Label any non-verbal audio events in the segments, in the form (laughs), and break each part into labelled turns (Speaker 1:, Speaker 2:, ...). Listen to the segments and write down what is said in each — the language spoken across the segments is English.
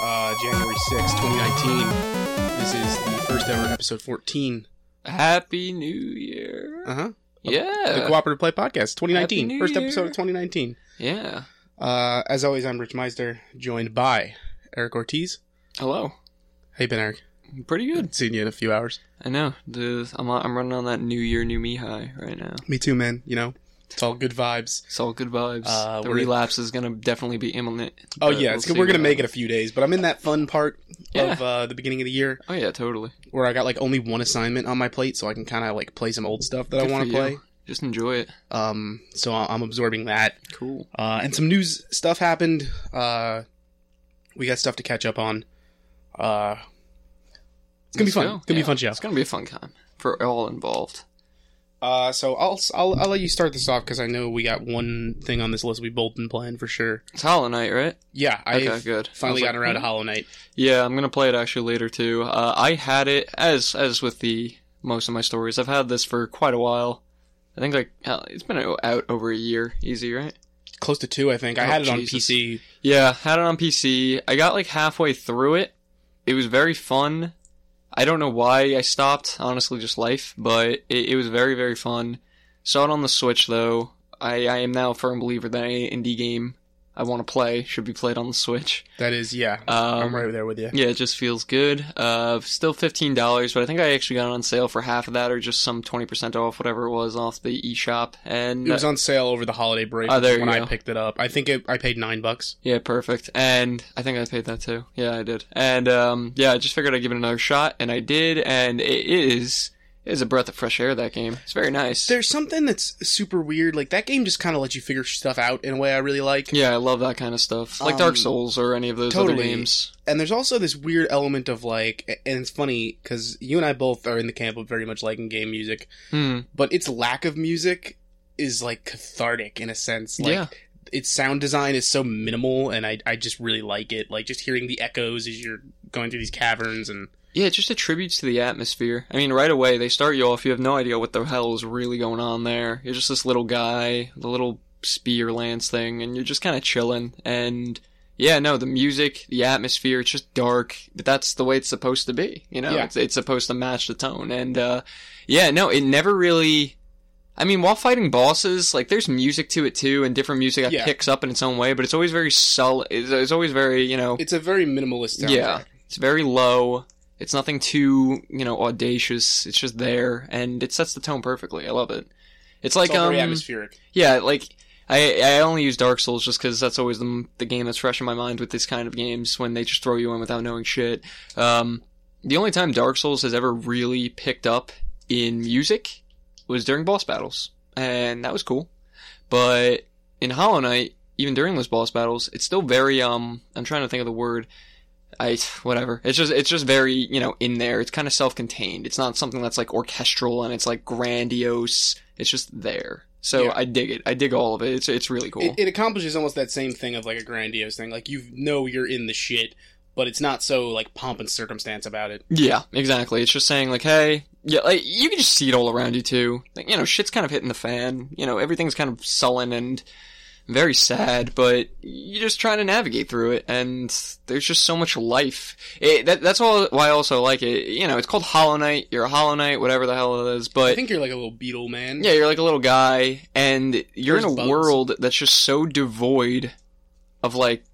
Speaker 1: uh, January sixth, 2019. This is the first ever episode 14.
Speaker 2: Happy New Year.
Speaker 1: Uh huh. The
Speaker 2: yeah.
Speaker 1: Cooperative Play Podcast, 2019.
Speaker 2: Happy New
Speaker 1: first
Speaker 2: Year.
Speaker 1: episode of 2019.
Speaker 2: yeah.
Speaker 1: Uh, as always, I'm Rich Meister, joined by Eric Ortiz.
Speaker 2: Hello.
Speaker 1: How you been, Eric?
Speaker 2: Pretty good.
Speaker 1: Haven't seen you in a few hours.
Speaker 2: I know. The, I'm, I'm running on that New Year, New Me high right now.
Speaker 1: Me too, man. You know, it's all good vibes.
Speaker 2: It's all good vibes.
Speaker 1: Uh,
Speaker 2: the
Speaker 1: we're-
Speaker 2: relapse is going to definitely be imminent.
Speaker 1: Oh
Speaker 2: but
Speaker 1: yeah,
Speaker 2: we'll
Speaker 1: it's
Speaker 2: see
Speaker 1: good. we're
Speaker 2: what
Speaker 1: gonna make it a
Speaker 2: happens.
Speaker 1: few days, but I'm in that fun part
Speaker 2: Yeah.
Speaker 1: of uh, the beginning of the year
Speaker 2: Oh, yeah, totally.
Speaker 1: where I got like only one assignment on my plate, so I can kind of like play some old stuff that
Speaker 2: Good
Speaker 1: I want
Speaker 2: for
Speaker 1: to
Speaker 2: you.
Speaker 1: play.
Speaker 2: Just enjoy it.
Speaker 1: Um, so I- I'm absorbing that.
Speaker 2: Cool.
Speaker 1: Uh, and some news stuff happened. Uh, we got stuff to catch up on. Uh, it's gonna be
Speaker 2: Let's
Speaker 1: fun.
Speaker 2: go.
Speaker 1: It's gonna be
Speaker 2: Yeah.
Speaker 1: a fun show.
Speaker 2: It's going to be a fun time for all involved.
Speaker 1: Uh, so I'll, I'll I'll let you start this off because I know we got one thing on this list we both been playing for sure.
Speaker 2: It's Hollow Knight, right?
Speaker 1: Yeah, I
Speaker 2: okay, good. I
Speaker 1: finally
Speaker 2: was like,
Speaker 1: gotten around to
Speaker 2: "Hmm."
Speaker 1: Hollow Knight.
Speaker 2: Yeah, I'm gonna play it actually later too. Uh, I had it as as with the most of my stories. I've had this for quite a while. I think like hell, it's been out over a year, easy, right?
Speaker 1: Close to two, I think. I
Speaker 2: Oh,
Speaker 1: had it on
Speaker 2: Jesus.
Speaker 1: PC.
Speaker 2: Yeah, had it on PC. I got like halfway through it. It was very fun. I don't know why I stopped. Honestly, just life. But it, it was very very fun. Saw it on the Switch though. I, I am now a firm believer that any indie game I want to play should be played on the Switch.
Speaker 1: That is, yeah.
Speaker 2: Um,
Speaker 1: I'm right there with you.
Speaker 2: Yeah, it just feels good. Uh, still fifteen dollars, but I think I actually got it on sale for half of that, or just some twenty percent off, whatever it was, off the eShop. And uh,
Speaker 1: It was on sale over the holiday break,
Speaker 2: Oh,
Speaker 1: which is
Speaker 2: there you
Speaker 1: when I
Speaker 2: go.
Speaker 1: picked it up. I think it, I paid nine bucks.
Speaker 2: yeah, perfect. And I think I paid that too. Yeah, I did. And um, yeah, I just figured I'd give it another shot, and I did. And it is it is a breath of fresh air. That game. It's very nice.
Speaker 1: There's something that's super weird. Like that game just kind of lets you figure stuff out in a way I really like.
Speaker 2: yeah, I love that kind of stuff, like
Speaker 1: Um,
Speaker 2: Dark Souls or any of those
Speaker 1: totally.
Speaker 2: other games.
Speaker 1: and there's also this weird element of like and it's funny because you and i both are in the camp of very much liking game music
Speaker 2: Hmm.
Speaker 1: but its lack of music is like cathartic in a sense like
Speaker 2: yeah.
Speaker 1: its sound design is so minimal and I, I just really like it like just hearing the echoes as you're going through these caverns and
Speaker 2: Yeah, it just attributes to the atmosphere. I mean, right away they start you off. You have no idea what the hell is really going on there. You're just this little guy, the little spear lance thing, and you're just kind of chilling. And yeah, no, the music, the atmosphere, it's just dark, but that's the way it's supposed to be. You know,
Speaker 1: Yeah.
Speaker 2: it's, it's supposed to match the tone. And uh, yeah, no, it never really. I mean, while fighting bosses, like there's music to it too, and different music that
Speaker 1: Yeah.
Speaker 2: picks up in its own way, but it's always very solid. It's, it's always very, you know,
Speaker 1: it's a very minimalist soundtrack.
Speaker 2: Yeah. it's very low. It's nothing too, you know, audacious. It's just there, and it sets the tone perfectly. I love it. It's
Speaker 1: it's
Speaker 2: like
Speaker 1: all very
Speaker 2: um,
Speaker 1: atmospheric
Speaker 2: yeah, like I I only use Dark Souls just because that's always the the game that's fresh in my mind with this kind of games when they just throw you in without knowing shit. Um, the only time Dark Souls has ever really picked up in music was during boss battles, and that was cool. But in Hollow Knight, even during those boss battles, it's still very um. I'm trying to think of the word. I whatever. It's just it's just very you know in there. It's kind of self-contained. It's not something that's like orchestral and it's like grandiose. It's just there. So
Speaker 1: Yeah.
Speaker 2: I dig it. I dig all of it. It's it's really cool.
Speaker 1: it, it accomplishes almost that same thing of like a grandiose thing like you know you're in the shit but it's not so like pomp and circumstance about it
Speaker 2: Yeah, exactly. It's just saying like, hey, yeah, like, you can just see it all around you too. Like, you know, shit's kind of hitting the fan. You know, everything's kind of sullen and very sad, but you're just trying to navigate through it. And there's just so much life. It, that, that's all why I also like it. You know, it's called Hollow Knight. You're a Hollow Knight, whatever the hell it is.
Speaker 1: i
Speaker 2: But
Speaker 1: think you're like a little beetle man
Speaker 2: yeah, you're like a little guy, and you're in
Speaker 1: There's
Speaker 2: a
Speaker 1: bugs.
Speaker 2: world that's just so devoid of like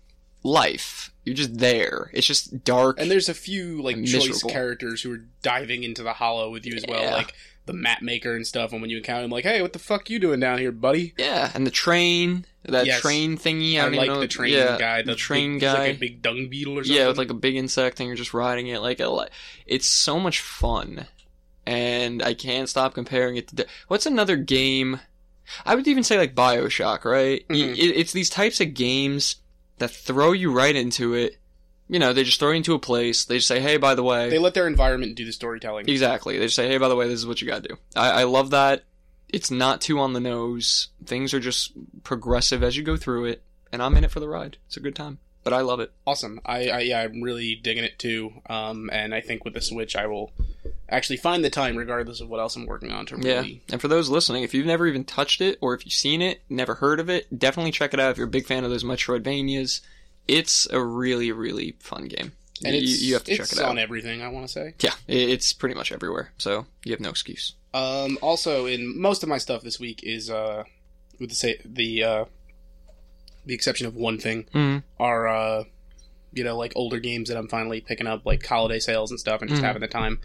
Speaker 2: life. You're just there. It's just dark.
Speaker 1: And there's a few like
Speaker 2: And
Speaker 1: choice
Speaker 2: miserable.
Speaker 1: characters who are diving into the hollow with you as well,
Speaker 2: Yeah.
Speaker 1: like the map maker and stuff. And when you encounter him, like, hey, what the fuck you doing down here, buddy?
Speaker 2: Yeah, and the train, that
Speaker 1: Yes.
Speaker 2: train thingy.
Speaker 1: I,
Speaker 2: I, don't
Speaker 1: like
Speaker 2: even know.
Speaker 1: the train
Speaker 2: yeah,
Speaker 1: guy,
Speaker 2: the
Speaker 1: the
Speaker 2: train
Speaker 1: big, he's
Speaker 2: guy.
Speaker 1: like a big dung beetle or something.
Speaker 2: yeah, with like a big insect thing. You're just riding it. Like, I li- it's so much fun, and I can't stop comparing it to. the- What's another game? I would even say like Bioshock, right? Y-
Speaker 1: Mhm.
Speaker 2: it- it's these types of games that throw you right into it. You know, they just throw you into a place. They just say, "Hey, by the way,
Speaker 1: they let their environment do the storytelling.
Speaker 2: Exactly. They just say, hey, by the way, this is what you got to do. I, I love that. It's not too on the nose. Things are just progressive as you go through it, and I'm in it for the ride. It's a good time, but I love it.
Speaker 1: Awesome. I, I yeah, I'm really digging it too. Um, and I think with the Switch, I will actually find the time, regardless of what else I'm working on, to
Speaker 2: Yeah.
Speaker 1: really.
Speaker 2: And for those listening, if you've never even touched it or if you've seen it, never heard of it, definitely check it out if you're a big fan of those Metroidvanias. It's a really, really fun game.
Speaker 1: and
Speaker 2: you,
Speaker 1: it's
Speaker 2: you have to check
Speaker 1: it's
Speaker 2: it out.
Speaker 1: on everything. I want to say.
Speaker 2: Yeah, it- it's pretty much everywhere, so you have no excuse.
Speaker 1: Um, also, in most of my stuff this week is uh, with the say the uh, the exception of one thing
Speaker 2: Mm.
Speaker 1: are uh, you know like older games that I'm finally picking up like holiday sales and stuff and just
Speaker 2: Mhm.
Speaker 1: having the time.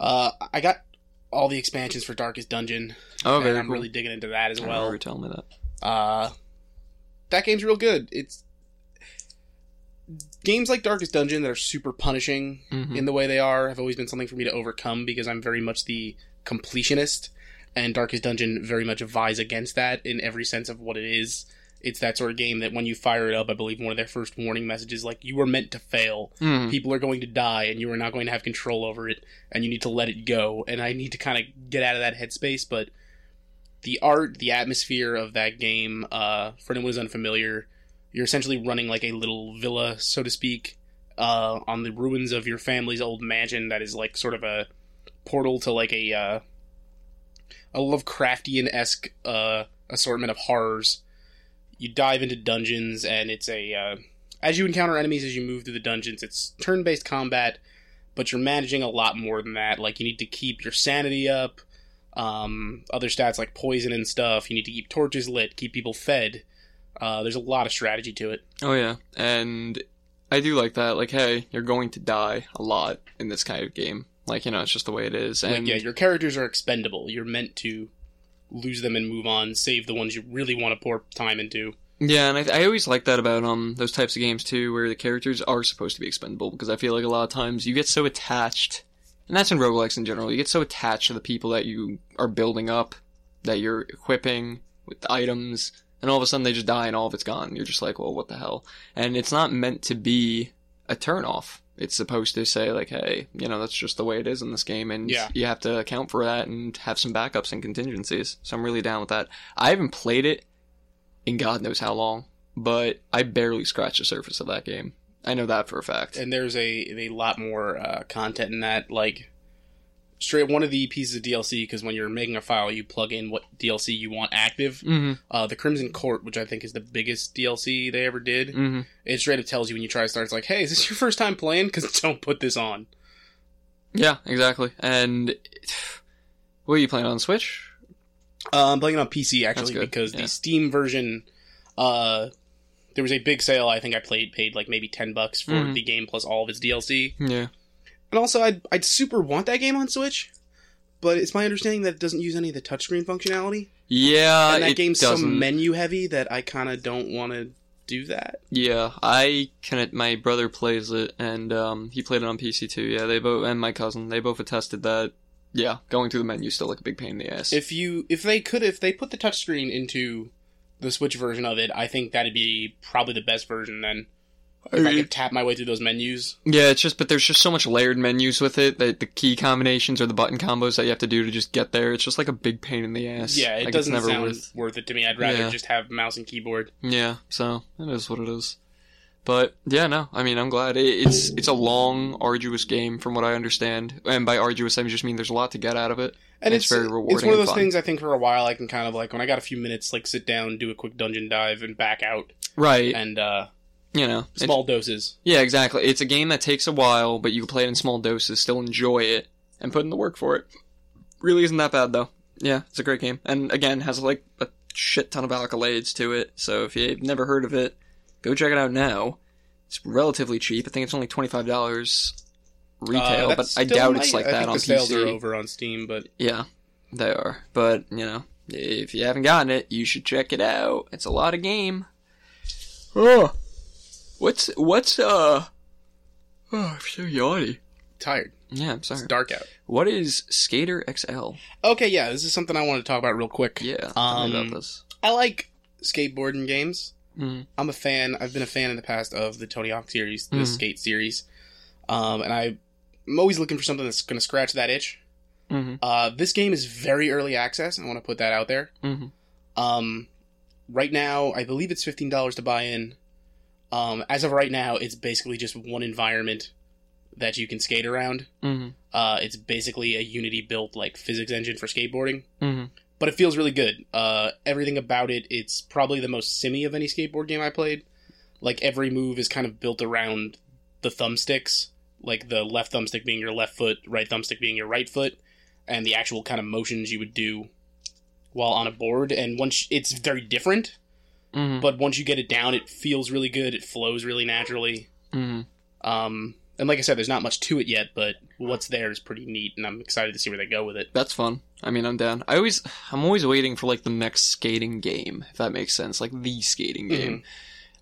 Speaker 1: Uh, I got all the expansions for Darkest Dungeon
Speaker 2: Oh,
Speaker 1: and
Speaker 2: very
Speaker 1: I'm
Speaker 2: cool.
Speaker 1: really digging into that as
Speaker 2: I remember
Speaker 1: well.
Speaker 2: you telling me that.
Speaker 1: Uh, that game's real good. It's games like Darkest Dungeon that are super punishing
Speaker 2: Mhm.
Speaker 1: in the way they are have always been something for me to overcome because I'm very much the completionist, and Darkest Dungeon very much vies against that in every sense of what it is. It's that sort of game that when you fire it up, I believe one of their first warning messages, like, you were meant to fail.
Speaker 2: Mm.
Speaker 1: People are going to die, and you are not going to have control over it, and you need to let it go. And I need to kind of get out of that headspace, but the art, the atmosphere of that game, uh, for anyone who's unfamiliar, you're essentially running like a little villa, so to speak, uh, on the ruins of your family's old mansion that is like sort of a portal to like a uh, a Lovecraftian esque uh, assortment of horrors. You dive into dungeons, and it's a uh, as you encounter enemies as you move through the dungeons, it's turn based combat, but you're managing a lot more than that. Like you need to keep your sanity up, um, other stats like poison and stuff. You need to keep torches lit, keep people fed. Uh, there's a lot of strategy to it.
Speaker 2: Oh yeah, and I do like that. Like, hey, you're going to die a lot in this kind of game. Like, you know, it's just the way it is.
Speaker 1: like
Speaker 2: And
Speaker 1: yeah, your characters are expendable. You're meant to lose them and move on, save the ones you really want to pour time into.
Speaker 2: Yeah, and I, I always like that about um those types of games too, where the characters are supposed to be expendable because I feel like a lot of times you get so attached, and that's in roguelikes in general. You get so attached to the people that you are building up, that you're equipping with the items, and all of a sudden they just die and all of it's gone. You're just like, well, what the hell? And it's not meant to be a turnoff. It's supposed to say like, hey, you know, that's just the way it is in this game, and
Speaker 1: Yeah.
Speaker 2: you have to account for that and have some backups and contingencies. So I'm really down with that. I haven't played it in God knows how long, but I barely scratched the surface of that game. I know that for a fact.
Speaker 1: And there's a a lot more uh, content in that. Like straight one of the pieces of DLC because when you're making a file, you plug in what DLC you want active.
Speaker 2: Mm-hmm.
Speaker 1: Uh, the Crimson Court, which I think is the biggest DLC they ever did,
Speaker 2: Mm-hmm.
Speaker 1: it straight up tells you when you try to start. It's like, hey, is this your first time playing? Because (laughs) don't put this on.
Speaker 2: Yeah, exactly. And (sighs) what are you playing on Switch?
Speaker 1: Uh, I'm playing it on PC actually
Speaker 2: good,
Speaker 1: because
Speaker 2: yeah.
Speaker 1: the Steam version, uh, there was a big sale. I think I played paid like maybe ten bucks for
Speaker 2: Mhm.
Speaker 1: the game plus all of its DLC.
Speaker 2: Yeah.
Speaker 1: And also, I'd I'd super want that game on Switch, but it's my understanding that it doesn't use any of the touchscreen functionality,
Speaker 2: Yeah,
Speaker 1: and that
Speaker 2: Uh, it
Speaker 1: game's
Speaker 2: doesn't.
Speaker 1: so menu heavy that I kind of don't want to do that.
Speaker 2: Yeah, I can. My brother plays it, and um, he played it on PC too. Yeah, they both and my cousin they both attested that. Yeah, going through the menu is still like a big pain in the ass.
Speaker 1: If you if they could if they put the touchscreen into the Switch version of it, I think that'd be probably the best version. Then
Speaker 2: I
Speaker 1: if I
Speaker 2: mean-
Speaker 1: could tap my way through those menus.
Speaker 2: Yeah, it's just, but there's just so much layered menus with it that the key combinations or the button combos that you have to do to just get there, it's just like a big pain in the ass.
Speaker 1: Yeah, it
Speaker 2: Like, it's
Speaker 1: doesn't
Speaker 2: never
Speaker 1: sound
Speaker 2: worth-
Speaker 1: worth... it to me. I'd rather
Speaker 2: Yeah.
Speaker 1: just have mouse and keyboard.
Speaker 2: Yeah, so it is what it is. But yeah, no, I mean, I'm glad it, it's it's a long, arduous game from what I understand, and by arduous I just mean there's a lot to get out of it.
Speaker 1: And
Speaker 2: It's
Speaker 1: it's,
Speaker 2: very rewarding
Speaker 1: It's one
Speaker 2: and
Speaker 1: of those
Speaker 2: fun.
Speaker 1: things I think for a while I can kind of like when I got a few minutes, like sit down, do a quick dungeon dive, and back out,
Speaker 2: Right.
Speaker 1: and uh,
Speaker 2: you know, it's-
Speaker 1: small doses.
Speaker 2: yeah, exactly. It's a game that takes a while, but you can play it in small doses, still enjoy it, and put in the work for it. Really isn't that bad though. Yeah, it's a great game, and again has like a shit ton of accolades to it. So if you've never heard of it, go check it out now. It's relatively cheap. I think it's only twenty five dollars retail,
Speaker 1: Uh,
Speaker 2: but
Speaker 1: that's
Speaker 2: I
Speaker 1: still
Speaker 2: doubt
Speaker 1: my-
Speaker 2: it's like
Speaker 1: I
Speaker 2: that
Speaker 1: think
Speaker 2: on
Speaker 1: the sales
Speaker 2: PC.
Speaker 1: are over on Steam, but
Speaker 2: Yeah, they are. But you know, if you haven't gotten it, you should check it out. It's a lot of game. Oh, what's what's uh? Oh, I'm so yawny.
Speaker 1: tired.
Speaker 2: Yeah, I'm
Speaker 1: It's
Speaker 2: sorry.
Speaker 1: dark out.
Speaker 2: What is Skater XL?
Speaker 1: Okay, yeah, this is something I want to talk about real quick.
Speaker 2: Yeah, tell me
Speaker 1: Um,
Speaker 2: about this.
Speaker 1: I like skateboarding games.
Speaker 2: Mm,
Speaker 1: I'm a fan. I've been a fan in the past of the Tony Hawk series, the
Speaker 2: Mhm.
Speaker 1: skate series, um, and I, I'm always looking for something that's going to scratch that itch.
Speaker 2: hmm
Speaker 1: Uh, this game is very early access. I want to put that out there.
Speaker 2: hmm
Speaker 1: Um, right now, I believe it's fifteen dollars to buy in. Um, as of right now, it's basically just one environment that you can skate around.
Speaker 2: hmm
Speaker 1: Uh, it's basically a Unity built like physics engine for skateboarding
Speaker 2: hmm
Speaker 1: but it feels really good. Uh, everything about it, it's probably the most simmy of any skateboard game I played. Like every move is kind of built around the thumbsticks, like the left thumbstick being your left foot, right thumbstick being your right foot, and the actual kind of motions you would do while on a board. And once it's very different,
Speaker 2: Mm-hmm.
Speaker 1: but once you get it down, it feels really good. It flows really naturally.
Speaker 2: hmm
Speaker 1: Um, and like I said, there's not much to it yet, but what's there is pretty neat, and I'm excited to see where they go with it.
Speaker 2: That's fun. I mean, I'm down. I always, I'm always waiting for like the next skating game, if that makes sense, like the skating
Speaker 1: Mm-hmm.
Speaker 2: game.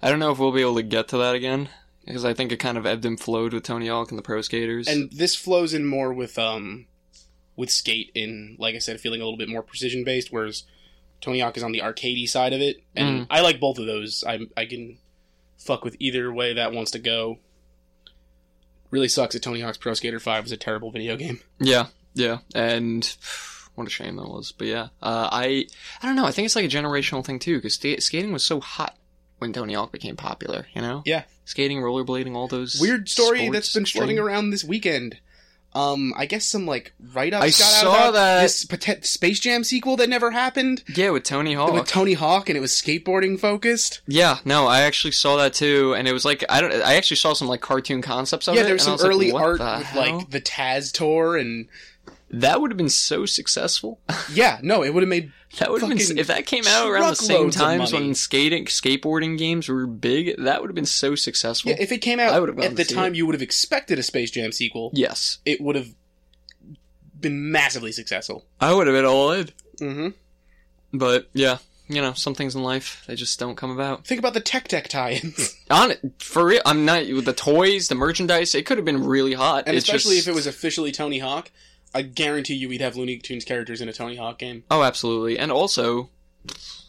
Speaker 2: I don't know if we'll be able to get to that again because I think it kind of ebbed and flowed with Tony Hawk and the pro skaters.
Speaker 1: And this flows in more with um, with skate in, like I said, feeling a little bit more precision based, whereas Tony Hawk is on the arcadey side of it,
Speaker 2: Mm.
Speaker 1: and I like both of those. I I can fuck with either way that wants to go. Really sucks that Tony Hawk's Pro Skater Five was a terrible video game.
Speaker 2: yeah, yeah, and (sighs) what a shame that was. But yeah, uh, I, I don't know. I think it's like a generational thing too because sta- skating was so hot when Tony Hawk became popular. You know?
Speaker 1: Yeah.
Speaker 2: Skating, rollerblading, all those
Speaker 1: Weird story that's
Speaker 2: sports
Speaker 1: been floating
Speaker 2: thing.
Speaker 1: around this weekend. Um, I guess some like write ups.
Speaker 2: I saw that-
Speaker 1: this pote- Space Jam sequel that never happened
Speaker 2: Yeah, with Tony Hawk.
Speaker 1: with Tony Hawk, and it was skateboarding focused.
Speaker 2: Yeah, no, I actually saw that too, and it was like I don't. I actually saw some like cartoon concepts of
Speaker 1: yeah,
Speaker 2: it.
Speaker 1: there was
Speaker 2: and
Speaker 1: some
Speaker 2: I
Speaker 1: early
Speaker 2: like, what
Speaker 1: art
Speaker 2: the
Speaker 1: with
Speaker 2: hell?
Speaker 1: like the Taz tour, and
Speaker 2: that would have been so successful. (laughs)
Speaker 1: yeah, no, it would have made
Speaker 2: That would have been
Speaker 1: Fucking
Speaker 2: if that came out around the same
Speaker 1: truckloads of
Speaker 2: times
Speaker 1: money.
Speaker 2: when skating skateboarding games were big. That would have been so successful.
Speaker 1: yeah. If it came
Speaker 2: I
Speaker 1: out
Speaker 2: would've gone
Speaker 1: at
Speaker 2: to
Speaker 1: the
Speaker 2: see
Speaker 1: time you would have expected a Space Jam sequel,
Speaker 2: yes,
Speaker 1: it would have been massively successful.
Speaker 2: I would have been all in.
Speaker 1: Mm-hmm.
Speaker 2: But yeah, you know, some things in life they just don't come about.
Speaker 1: Think about the Tech Tech
Speaker 2: (laughs)
Speaker 1: tie-ins,
Speaker 2: On it for real. I'm not with the toys, the merchandise. It could have been really hot.
Speaker 1: and
Speaker 2: It's
Speaker 1: especially
Speaker 2: just-
Speaker 1: if it was officially Tony Hawk. I guarantee you, we'd have Looney Tunes characters in a Tony Hawk game.
Speaker 2: Oh, absolutely. And also,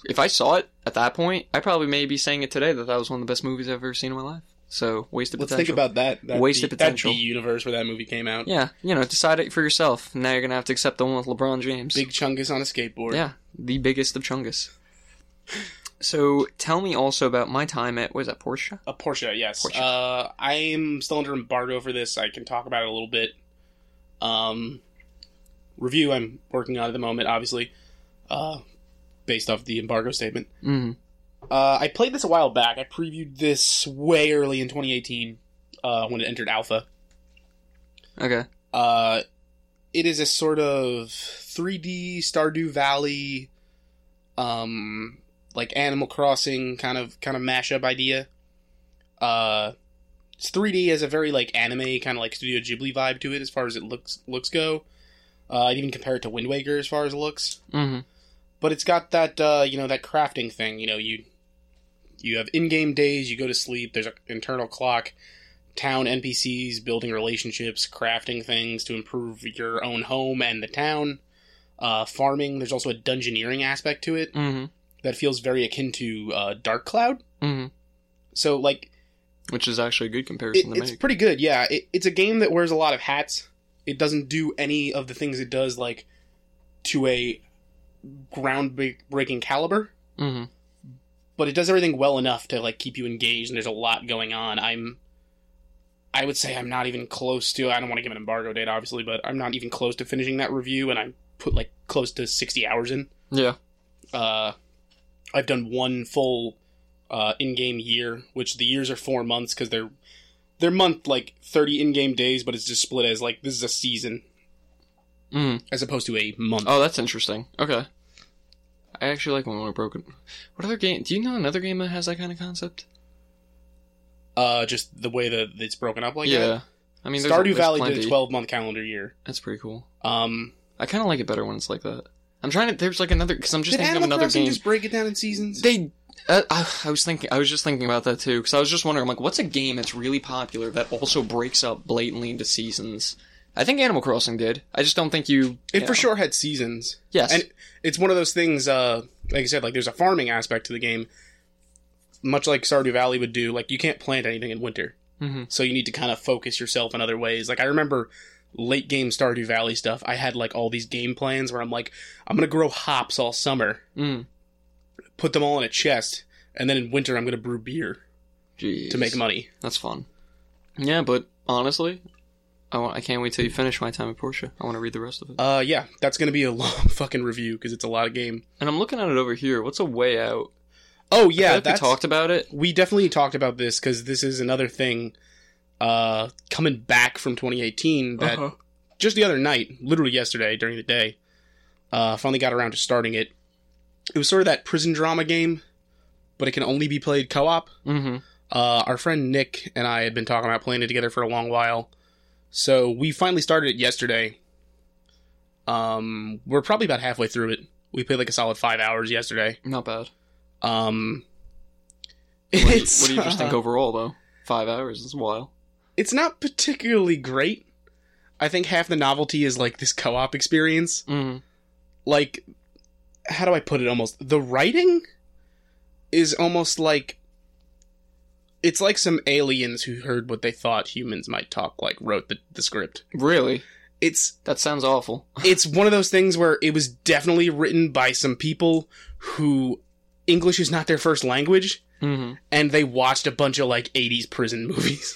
Speaker 2: if I saw it at that point, I probably may be saying it today that that was one of the best movies I've ever seen in my life. So wasted
Speaker 1: Let's
Speaker 2: potential.
Speaker 1: think about that. that
Speaker 2: Wasted
Speaker 1: the,
Speaker 2: potential.
Speaker 1: That the universe where that movie came out.
Speaker 2: yeah, you know, decide it for yourself. Now you're gonna have to accept the one with LeBron James.
Speaker 1: Big Chungus on a skateboard.
Speaker 2: yeah, the biggest of Chungus. So tell me also about my time at was that Porsche?
Speaker 1: A Porsche, yes.
Speaker 2: Porsche.
Speaker 1: Uh, I am still under embargo for this. I can talk about it a little bit. Um, review I'm working on at the moment, obviously, uh, based off the embargo statement.
Speaker 2: Mm.
Speaker 1: Uh, I played this a while back. I previewed this way early in 2018 uh, when it entered alpha.
Speaker 2: Okay.
Speaker 1: Uh, it is a sort of 3D Stardew Valley, um, like Animal Crossing kind of kind of mashup idea. Uh, it's 3D has a very like anime kind of like Studio Ghibli vibe to it as far as it looks looks go. Uh, I'd even compare it to Wind Waker as far as it looks,
Speaker 2: hmm
Speaker 1: but it's got that uh, you know that crafting thing. You know you you have in-game days. You go to sleep. There's an internal clock town NPCs, building relationships, crafting things to improve your own home and the town. Uh, farming. There's also a dungeoneering aspect to it
Speaker 2: hmm
Speaker 1: that feels very akin to uh, Dark Cloud.
Speaker 2: hmm
Speaker 1: So like
Speaker 2: Which is actually a good
Speaker 1: it,
Speaker 2: comparison to
Speaker 1: it's
Speaker 2: make.
Speaker 1: pretty good. Yeah, it, it's a game that wears a lot of hats. It doesn't do any of the things it does like to a groundbreaking caliber,
Speaker 2: hmm
Speaker 1: but it does everything well enough to like keep you engaged. And there's a lot going on. I'm I would say I'm not even close to. I don't want to give an embargo date, obviously, but I'm not even close to finishing that review, and I put like close to 60 hours in.
Speaker 2: Yeah.
Speaker 1: Uh, I've done one full uh, in-game year, which the years are four months because they're they're month like 30 in-game days, but it's just split as like this is a season
Speaker 2: Mm.
Speaker 1: as opposed to a month.
Speaker 2: Oh, that's interesting. Okay. I actually like when we're broken. What other game? Do you know another game that has that kind of concept?
Speaker 1: Uh, just the way that it's broken up like
Speaker 2: yeah.
Speaker 1: that.
Speaker 2: I mean, there's,
Speaker 1: Stardew
Speaker 2: there's
Speaker 1: Valley
Speaker 2: plenty.
Speaker 1: did a 12-month calendar year.
Speaker 2: That's pretty cool.
Speaker 1: Um,
Speaker 2: I kind of like it better when it's like that. I'm trying to. There's like another because I'm just
Speaker 1: Did Animal
Speaker 2: thinking of another
Speaker 1: Crossing
Speaker 2: game.
Speaker 1: just break it down in seasons?
Speaker 2: They. Uh, I, I was thinking. I was just thinking about that too because I was just wondering. I'm like, what's a game that's really popular that also breaks up blatantly into seasons? I think Animal Crossing did. I just don't think you.
Speaker 1: it
Speaker 2: yeah.
Speaker 1: for sure had seasons.
Speaker 2: Yes.
Speaker 1: and- It's one of those things. Uh, like I said, like there's a farming aspect to the game, much like Stardew Valley would do. Like you can't plant anything in winter,
Speaker 2: hmm
Speaker 1: so you need to kind of focus yourself in other ways. Like I remember late game Stardew Valley stuff. I had like all these game plans where I'm like, I'm gonna grow hops all summer,
Speaker 2: Mm.
Speaker 1: put them all in a chest, and then in winter I'm gonna brew beer
Speaker 2: Jeez.
Speaker 1: to make money.
Speaker 2: That's fun. Yeah, but honestly, I want. I can't wait till you finish my time at Porsche. I want to read the rest of it.
Speaker 1: Uh, yeah, that's gonna be a (laughs) long fucking review because it's a lot of game.
Speaker 2: And I'm looking at it over here. What's a way out?
Speaker 1: Oh
Speaker 2: I feel
Speaker 1: yeah,
Speaker 2: like we
Speaker 1: that's
Speaker 2: talked about it.
Speaker 1: we definitely talked about this because this is another thing uh, coming back from 2018 that
Speaker 2: Uh-huh.
Speaker 1: just the other night, literally yesterday during the day, uh, finally got around to starting it. It was sort of that prison drama game, but it can only be played co op.
Speaker 2: Mm-hmm.
Speaker 1: Uh, our friend Nick and I had been talking about playing it together for a long while, so we finally started it yesterday. Um, we're probably about halfway through it. We played like a solid five hours yesterday.
Speaker 2: Not bad.
Speaker 1: Um,
Speaker 2: What, do you-
Speaker 1: it's,
Speaker 2: what do you just
Speaker 1: uh,
Speaker 2: think overall, though? Five hours is a while.
Speaker 1: It's not particularly great. I think half the novelty is like this co-op experience.
Speaker 2: Mm.
Speaker 1: like how do I put it almost the writing is almost like it's like some aliens who heard what they thought humans might talk like wrote the, the script.
Speaker 2: Really?
Speaker 1: It's
Speaker 2: That sounds awful.
Speaker 1: it's one of those things where it was definitely written by some people who English is not their first language
Speaker 2: Mm-hmm.
Speaker 1: and they watched a bunch of like 80s prison (laughs) movies.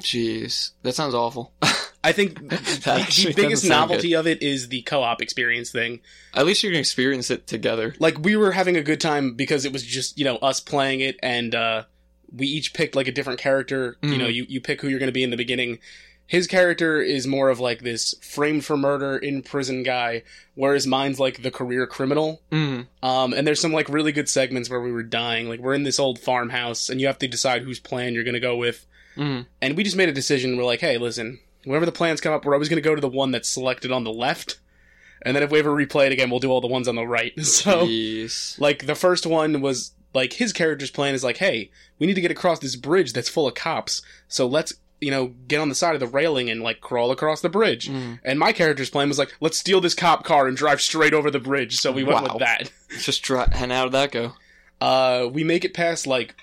Speaker 2: Jeez, that sounds awful. (laughs)
Speaker 1: I think the,
Speaker 2: actually
Speaker 1: the
Speaker 2: doesn't
Speaker 1: biggest
Speaker 2: sound
Speaker 1: novelty of it is the co-op experience thing.
Speaker 2: At least you can experience it together.
Speaker 1: like we were having a good time because it was just you know us playing it and uh we each picked like a different character you
Speaker 2: Mhm.
Speaker 1: know you, you pick who you're going to be in the beginning his character is more of like this framed for murder in prison guy whereas mine's like the career criminal
Speaker 2: Mm.
Speaker 1: um and there's some like really good segments where we were dying like we're in this old farmhouse and you have to decide whose plan you're going to go with
Speaker 2: Mm.
Speaker 1: and we just made a decision we're like hey listen whenever the plans come up we're always going to go to the one that's selected on the left and then if we ever replay it again we'll do all the ones on the right (laughs) so
Speaker 2: Jeez.
Speaker 1: like the first one was like his character's plan is like, hey, we need to get across this bridge that's full of cops, so let's you know get on the side of the railing and like crawl across the bridge.
Speaker 2: Mm.
Speaker 1: And my character's plan was like, let's steal this cop car and drive straight over the bridge. So we went
Speaker 2: Wow.
Speaker 1: with that.
Speaker 2: Just dry- and how did that go?
Speaker 1: Uh, we make it past like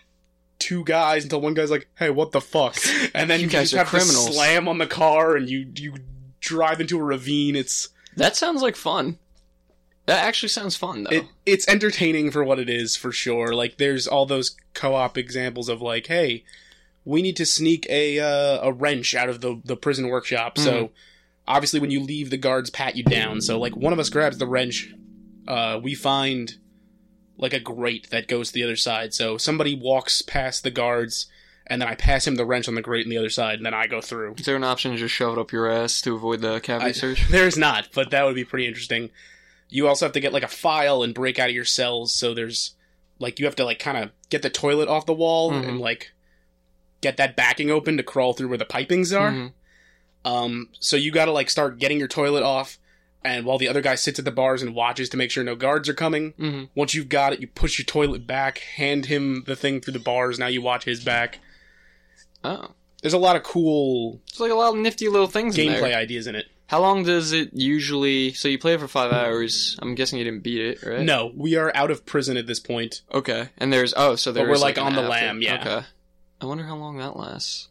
Speaker 1: two guys until one guy's like, hey, what the
Speaker 2: (laughs)
Speaker 1: fuck? And then
Speaker 2: You
Speaker 1: you,
Speaker 2: guys
Speaker 1: just
Speaker 2: are
Speaker 1: have
Speaker 2: criminals.
Speaker 1: to slam on the car and you you drive into a ravine. It's
Speaker 2: That sounds like fun. That actually sounds fun though.
Speaker 1: it, it's entertaining for what it is for sure like there's all those co-op examples of like hey we need to sneak a uh, a wrench out of the the prison workshop so obviously when you leave the guards pat you down so like one of us grabs the wrench uh we find like a grate that goes to the other side so somebody walks past the guards and then I pass him the wrench on the grate on the other side, and then I go through.
Speaker 2: Is there an option to just shove it up your ass to avoid the cavity
Speaker 1: I-
Speaker 2: search?
Speaker 1: (laughs) There's not, but that would be pretty interesting. You also have to get like a file and break out of your cells, so there's like you have to like kind of get the toilet off the wall
Speaker 2: Mhm.
Speaker 1: and like get that backing open to crawl through where the pipings are.
Speaker 2: Mhm.
Speaker 1: Um so you got to like start getting your toilet off and while the other guy sits at the bars and watches to make sure no guards are coming.
Speaker 2: Mhm.
Speaker 1: Once you've got it, you push your toilet back, hand him the thing through the bars, now you watch his back.
Speaker 2: Oh,
Speaker 1: There's a lot of cool
Speaker 2: it's like a lot of nifty little things in
Speaker 1: gameplay
Speaker 2: there.
Speaker 1: ideas in it.
Speaker 2: How long does it usually? So you play it for five hours. I'm guessing you didn't beat it, right?
Speaker 1: No, we are out of prison at this point.
Speaker 2: Okay. And there's oh, so
Speaker 1: But
Speaker 2: there's
Speaker 1: we're, like,
Speaker 2: an
Speaker 1: on the
Speaker 2: after-
Speaker 1: lam, yeah.
Speaker 2: Okay. I wonder how long that lasts.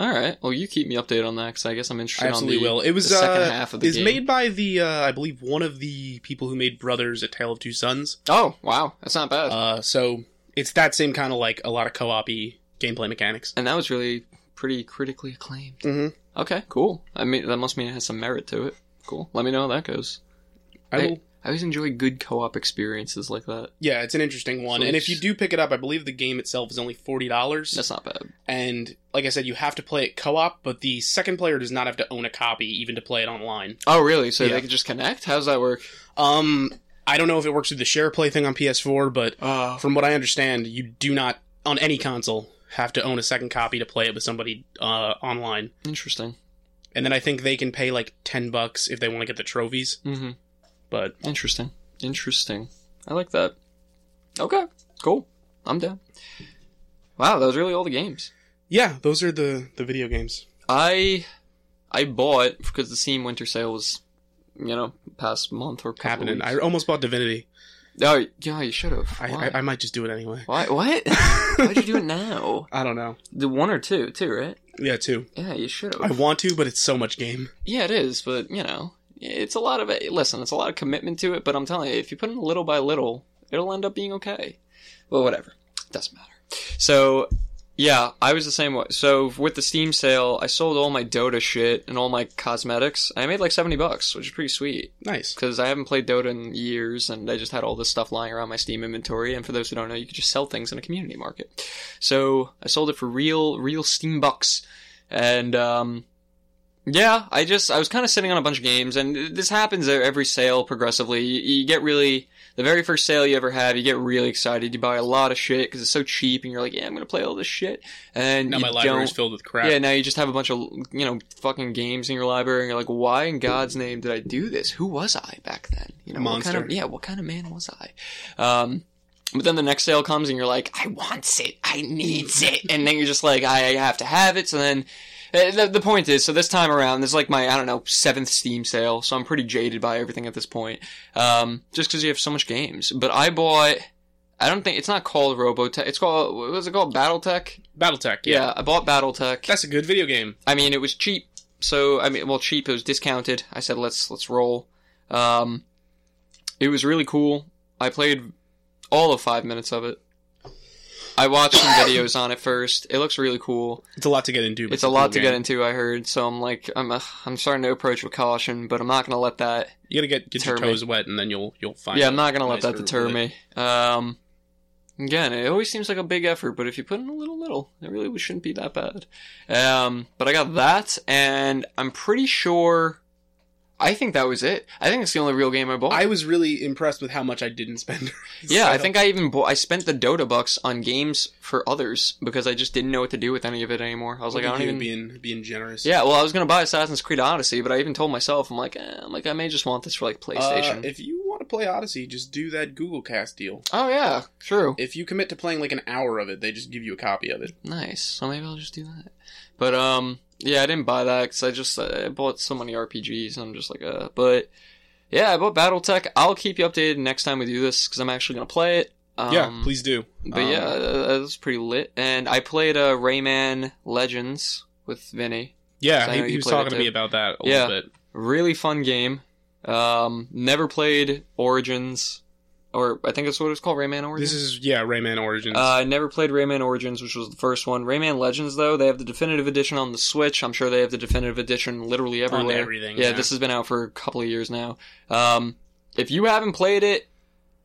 Speaker 2: All right. Well, you keep me updated on that because I guess I'm interested.
Speaker 1: I absolutely
Speaker 2: on the,
Speaker 1: will. It was
Speaker 2: the second
Speaker 1: uh,
Speaker 2: half of the
Speaker 1: is
Speaker 2: game.
Speaker 1: made by the uh, I believe one of the people who made Brothers: A Tale of Two Sons.
Speaker 2: Oh wow, that's not bad.
Speaker 1: Uh, so it's that same kind of like a lot of co-opy gameplay mechanics.
Speaker 2: and that was really pretty critically acclaimed.
Speaker 1: Mhm.
Speaker 2: Okay, cool. I mean, that must mean it has some merit to it. Cool. Let me know how that goes.
Speaker 1: I
Speaker 2: Hey.
Speaker 1: will,
Speaker 2: I always enjoy good co-op experiences like that.
Speaker 1: yeah, it's an interesting one.
Speaker 2: So
Speaker 1: and
Speaker 2: it's-
Speaker 1: if you do pick it up, I believe the game itself is only forty dollars.
Speaker 2: That's not bad.
Speaker 1: And like I said, you have to play it co-op, but the second player does not have to own a copy even to play it online.
Speaker 2: Oh, really? So
Speaker 1: Yeah.
Speaker 2: they could just connect? How's that work?
Speaker 1: Um, I don't know if it works through the share play thing on PS4, but
Speaker 2: Oh,
Speaker 1: from what I understand, you do not on any console have to own a second copy to play it with somebody uh, online.
Speaker 2: interesting.
Speaker 1: and then I think they can pay like ten bucks if they want to get the trophies.
Speaker 2: Mm-hmm.
Speaker 1: But
Speaker 2: Interesting. Interesting. I like that. Okay. Cool. I'm down. Wow, that was really all the games.
Speaker 1: yeah, those are the the video games.
Speaker 2: I I bought because the Steam Winter Sale was, you know, past month or couple
Speaker 1: Happening.
Speaker 2: Of
Speaker 1: I
Speaker 2: weeks.
Speaker 1: almost bought Divinity.
Speaker 2: Oh, yeah, you should have.
Speaker 1: I,
Speaker 2: Why?
Speaker 1: I I might just do it
Speaker 2: (laughs)
Speaker 1: anyway.
Speaker 2: Why? What? Why'd you do it now?
Speaker 1: I don't know.
Speaker 2: The one or two, too, right?
Speaker 1: Yeah, too.
Speaker 2: Yeah, you should
Speaker 1: I
Speaker 2: have.
Speaker 1: want to, but it's so much game.
Speaker 2: Yeah, it is, but you know, it's a lot of it. Listen, it's a lot of commitment to it, but I'm telling you, if you put in little by little, it'll end up being okay. Well, whatever, doesn't matter. So Yeah, I was the same way. So with the Steam sale, I sold all my Dota shit and all my cosmetics. I made like seventy bucks, which is pretty sweet
Speaker 1: Nice.
Speaker 2: because I haven't played Dota in years, and I just had all this stuff lying around my Steam inventory. And for those who don't know, you could just sell things in a community market. So I sold it for real, real Steam bucks, and um, yeah, I just I was kind of sitting on a bunch of games, and this happens at every sale progressively. You, you get really the very first sale you ever have, you get really excited. You buy a lot of shit because it's so cheap, and you're like, yeah, I'm gonna play all this shit, and
Speaker 1: Now
Speaker 2: you
Speaker 1: my library
Speaker 2: don't-
Speaker 1: is filled with crap.
Speaker 2: yeah, now you just have a bunch of you know fucking games in your library, and you're like, why in God's name did I do this? Who was I back then? You know, what kind of
Speaker 1: Monster.
Speaker 2: yeah, what kind of man was I? Um, but then the next sale comes, and you're like, I wants it, I needs it, and then you're just like, I I have to have it. So then. eh, The, the point is, so this time around, this is like my, I don't know, seventh Steam sale, so I'm pretty jaded by everything at this point. Um, just because you have so much games. But I bought, I don't think, it's not called Robotech, it's called, what was it called? Battletech?
Speaker 1: BattleTech.
Speaker 2: Yeah, I bought Battletech.
Speaker 1: That's a good video game.
Speaker 2: I mean, it was cheap. So I mean, well, cheap. It was discounted. I said, let's let's roll. Um, it was really cool. I played all of five minutes of it. I watched some videos on it first. It looks really cool.
Speaker 1: It's a lot to get into. but
Speaker 2: It's a lot to
Speaker 1: cool
Speaker 2: get
Speaker 1: game.
Speaker 2: into. I heard, so I'm like, I'm uh, I'm starting to approach with caution, but I'm not gonna let that.
Speaker 1: You gotta get, get your
Speaker 2: Determined.
Speaker 1: toes wet, and then you'll you'll find.
Speaker 2: yeah,
Speaker 1: out.
Speaker 2: I'm not gonna let
Speaker 1: nice
Speaker 2: that
Speaker 1: for
Speaker 2: deter me. Um, again, it always seems like a big effort, but if you put in a little, little, it really shouldn't be that bad. Um, but I got that, and I'm pretty sure. I think that was it. I think it's the only real game I bought.
Speaker 1: I was really impressed with how much I didn't spend. (laughs)
Speaker 2: yeah, I
Speaker 1: So-
Speaker 2: think I even bought, I spent the Dota bucks on games for others because I just didn't know what to do with any of it anymore. I was like, I
Speaker 1: Look
Speaker 2: don't
Speaker 1: at you
Speaker 2: even.
Speaker 1: being being generous.
Speaker 2: yeah, well, I was gonna buy Assassin's Creed Odyssey, but I even told myself, I'm like, eh, I'm like, I may just want this for like
Speaker 1: Uh,
Speaker 2: PlayStation.
Speaker 1: if you want to play Odyssey, just do that Google Cast deal.
Speaker 2: oh yeah, true.
Speaker 1: If you commit to playing like an hour of it, they just give you a copy of it.
Speaker 2: Nice. So maybe I'll just do that. But um, yeah, I didn't buy that because I just I bought so many RPGs. And I'm just like, uh, but yeah, I bought BattleTech. I'll keep you updated next time we do this because I'm actually gonna play it. Um,
Speaker 1: please do.
Speaker 2: But
Speaker 1: Um,
Speaker 2: yeah, uh, that was pretty lit. And I played uh, Rayman Legends with Vinny. So
Speaker 1: Yeah,
Speaker 2: I know
Speaker 1: he, he
Speaker 2: you
Speaker 1: was
Speaker 2: played it
Speaker 1: talking to
Speaker 2: too.
Speaker 1: me about that a
Speaker 2: Yeah.
Speaker 1: little bit.
Speaker 2: Really fun game. Um, never played Origins, or I think that's what it's called, Rayman Origins.
Speaker 1: This is yeah, Rayman Origins.
Speaker 2: Uh, I never played Rayman Origins, which was the first one. Rayman Legends, though, they have the definitive edition on the Switch. I'm sure they have the definitive edition literally
Speaker 1: on
Speaker 2: everywhere.
Speaker 1: everything.
Speaker 2: yeah, this has been out for a couple of years now. Um, if you haven't played it,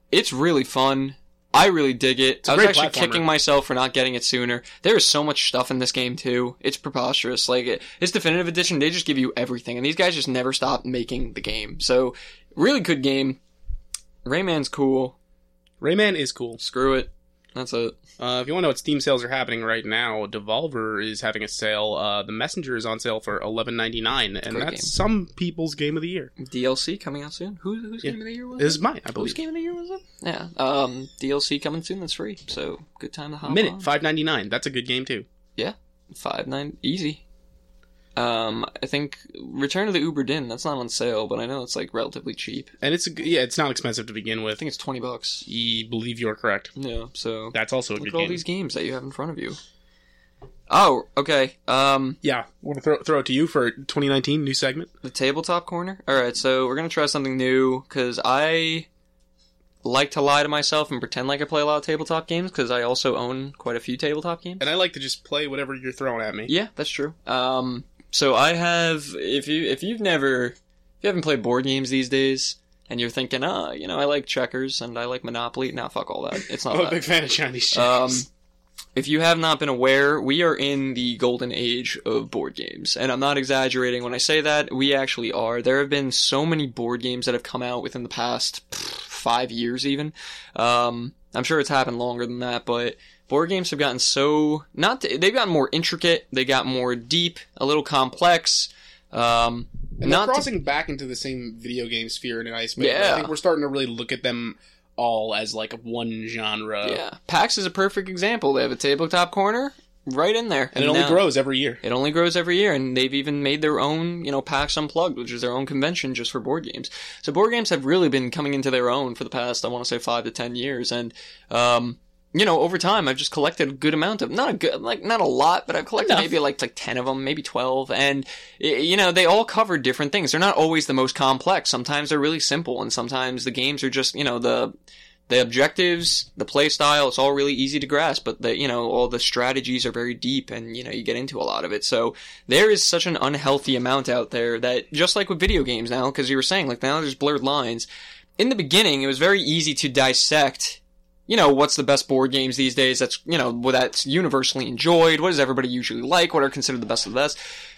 Speaker 2: it's really fun. I really dig it.
Speaker 1: a
Speaker 2: I was
Speaker 1: great
Speaker 2: actually
Speaker 1: platformer.
Speaker 2: kicking myself for not getting it sooner. There is so much stuff in this game too. It's preposterous. Like it, it's definitive edition. They just give you everything, and these guys just never stop making the game. So, really good game. Rayman's cool.
Speaker 1: Rayman is cool.
Speaker 2: Screw it. That's it.
Speaker 1: Uh, if you want to know what Steam sales are happening right now, Devolver is having a sale. Uh, the Messenger is on sale for eleven ninety nine, and
Speaker 2: Great
Speaker 1: that's
Speaker 2: game.
Speaker 1: some people's game of the year.
Speaker 2: DLC coming out soon. Who, whose
Speaker 1: Yeah.
Speaker 2: game of the year was
Speaker 1: This is mine, I
Speaker 2: it? Whose
Speaker 1: believe.
Speaker 2: game of the year was it? Yeah. Um, DLC coming soon. That's free. So good time to hop on.
Speaker 1: Minute five ninety nine. That's a good game too.
Speaker 2: five nine easy. Um, I think Return of the Uber Din. That's not on sale, but I know it's like relatively cheap.
Speaker 1: And it's a g- yeah, it's not expensive to begin
Speaker 2: I
Speaker 1: with.
Speaker 2: think it's twenty bucks.
Speaker 1: You believe you're correct.
Speaker 2: Yeah. So
Speaker 1: That's also a
Speaker 2: look
Speaker 1: good
Speaker 2: at all
Speaker 1: game.
Speaker 2: these games that you have in front of you. Oh, okay. Um,
Speaker 1: Yeah, want to throw throw it to you for 2019 new segment.
Speaker 2: the tabletop corner. All right, so we're gonna try something new because I like to lie to myself and pretend like I play a lot of tabletop games because I also own quite a few tabletop games.
Speaker 1: And I like to just play whatever you're throwing at me.
Speaker 2: Yeah, that's true. Um, so I have if you if you've never if you haven't played board games these days and you're thinking, ah, you know, I like checkers and I like Monopoly. Now, fuck all that.
Speaker 1: (laughs)
Speaker 2: It's not
Speaker 1: I'm a
Speaker 2: that.
Speaker 1: big fan of Chinese chess.
Speaker 2: Um, if you have not been aware, we are in the golden age of board games. And I'm not exaggerating when I say that. We actually are. There have been so many board games that have come out within the past pff, five years, even. Um, I'm sure it's happened longer than that, but board games have gotten so. not They've gotten more intricate, they got more deep, a little complex. Um,
Speaker 1: and
Speaker 2: not
Speaker 1: they're
Speaker 2: to-
Speaker 1: crossing back into the same video game sphere in a nice way.
Speaker 2: Yeah.
Speaker 1: I think we're starting to really look at them all as like one genre.
Speaker 2: yeah. PAX is a perfect example. They have a tabletop corner right in there.
Speaker 1: And it only
Speaker 2: now-
Speaker 1: grows every year.
Speaker 2: It only grows every year, and they've even made their own, you know, PAX Unplugged, which is their own convention just for board games. So board games have really been coming into their own for the past, I want to say, five to ten years, and um, you know, over time, I've just collected a good amount of not a good, like not a lot, but I've collected
Speaker 1: Enough.
Speaker 2: maybe like like ten of them, maybe twelve, and y- you know, they all cover different things. They're not always the most complex. Sometimes they're really simple, and sometimes the games are just, you know, the the objectives, the play style, it's all really easy to grasp, but the, you know, all the strategies are very deep and, you know, you get into a lot of it. So there is such an unhealthy amount out there that just like with video games now, because you were saying, like now there's blurred lines. In the beginning, it was very easy to dissect, you know, what's the best board games these days that's, you know, what that's universally enjoyed, what does everybody usually like, what are considered the best of the best.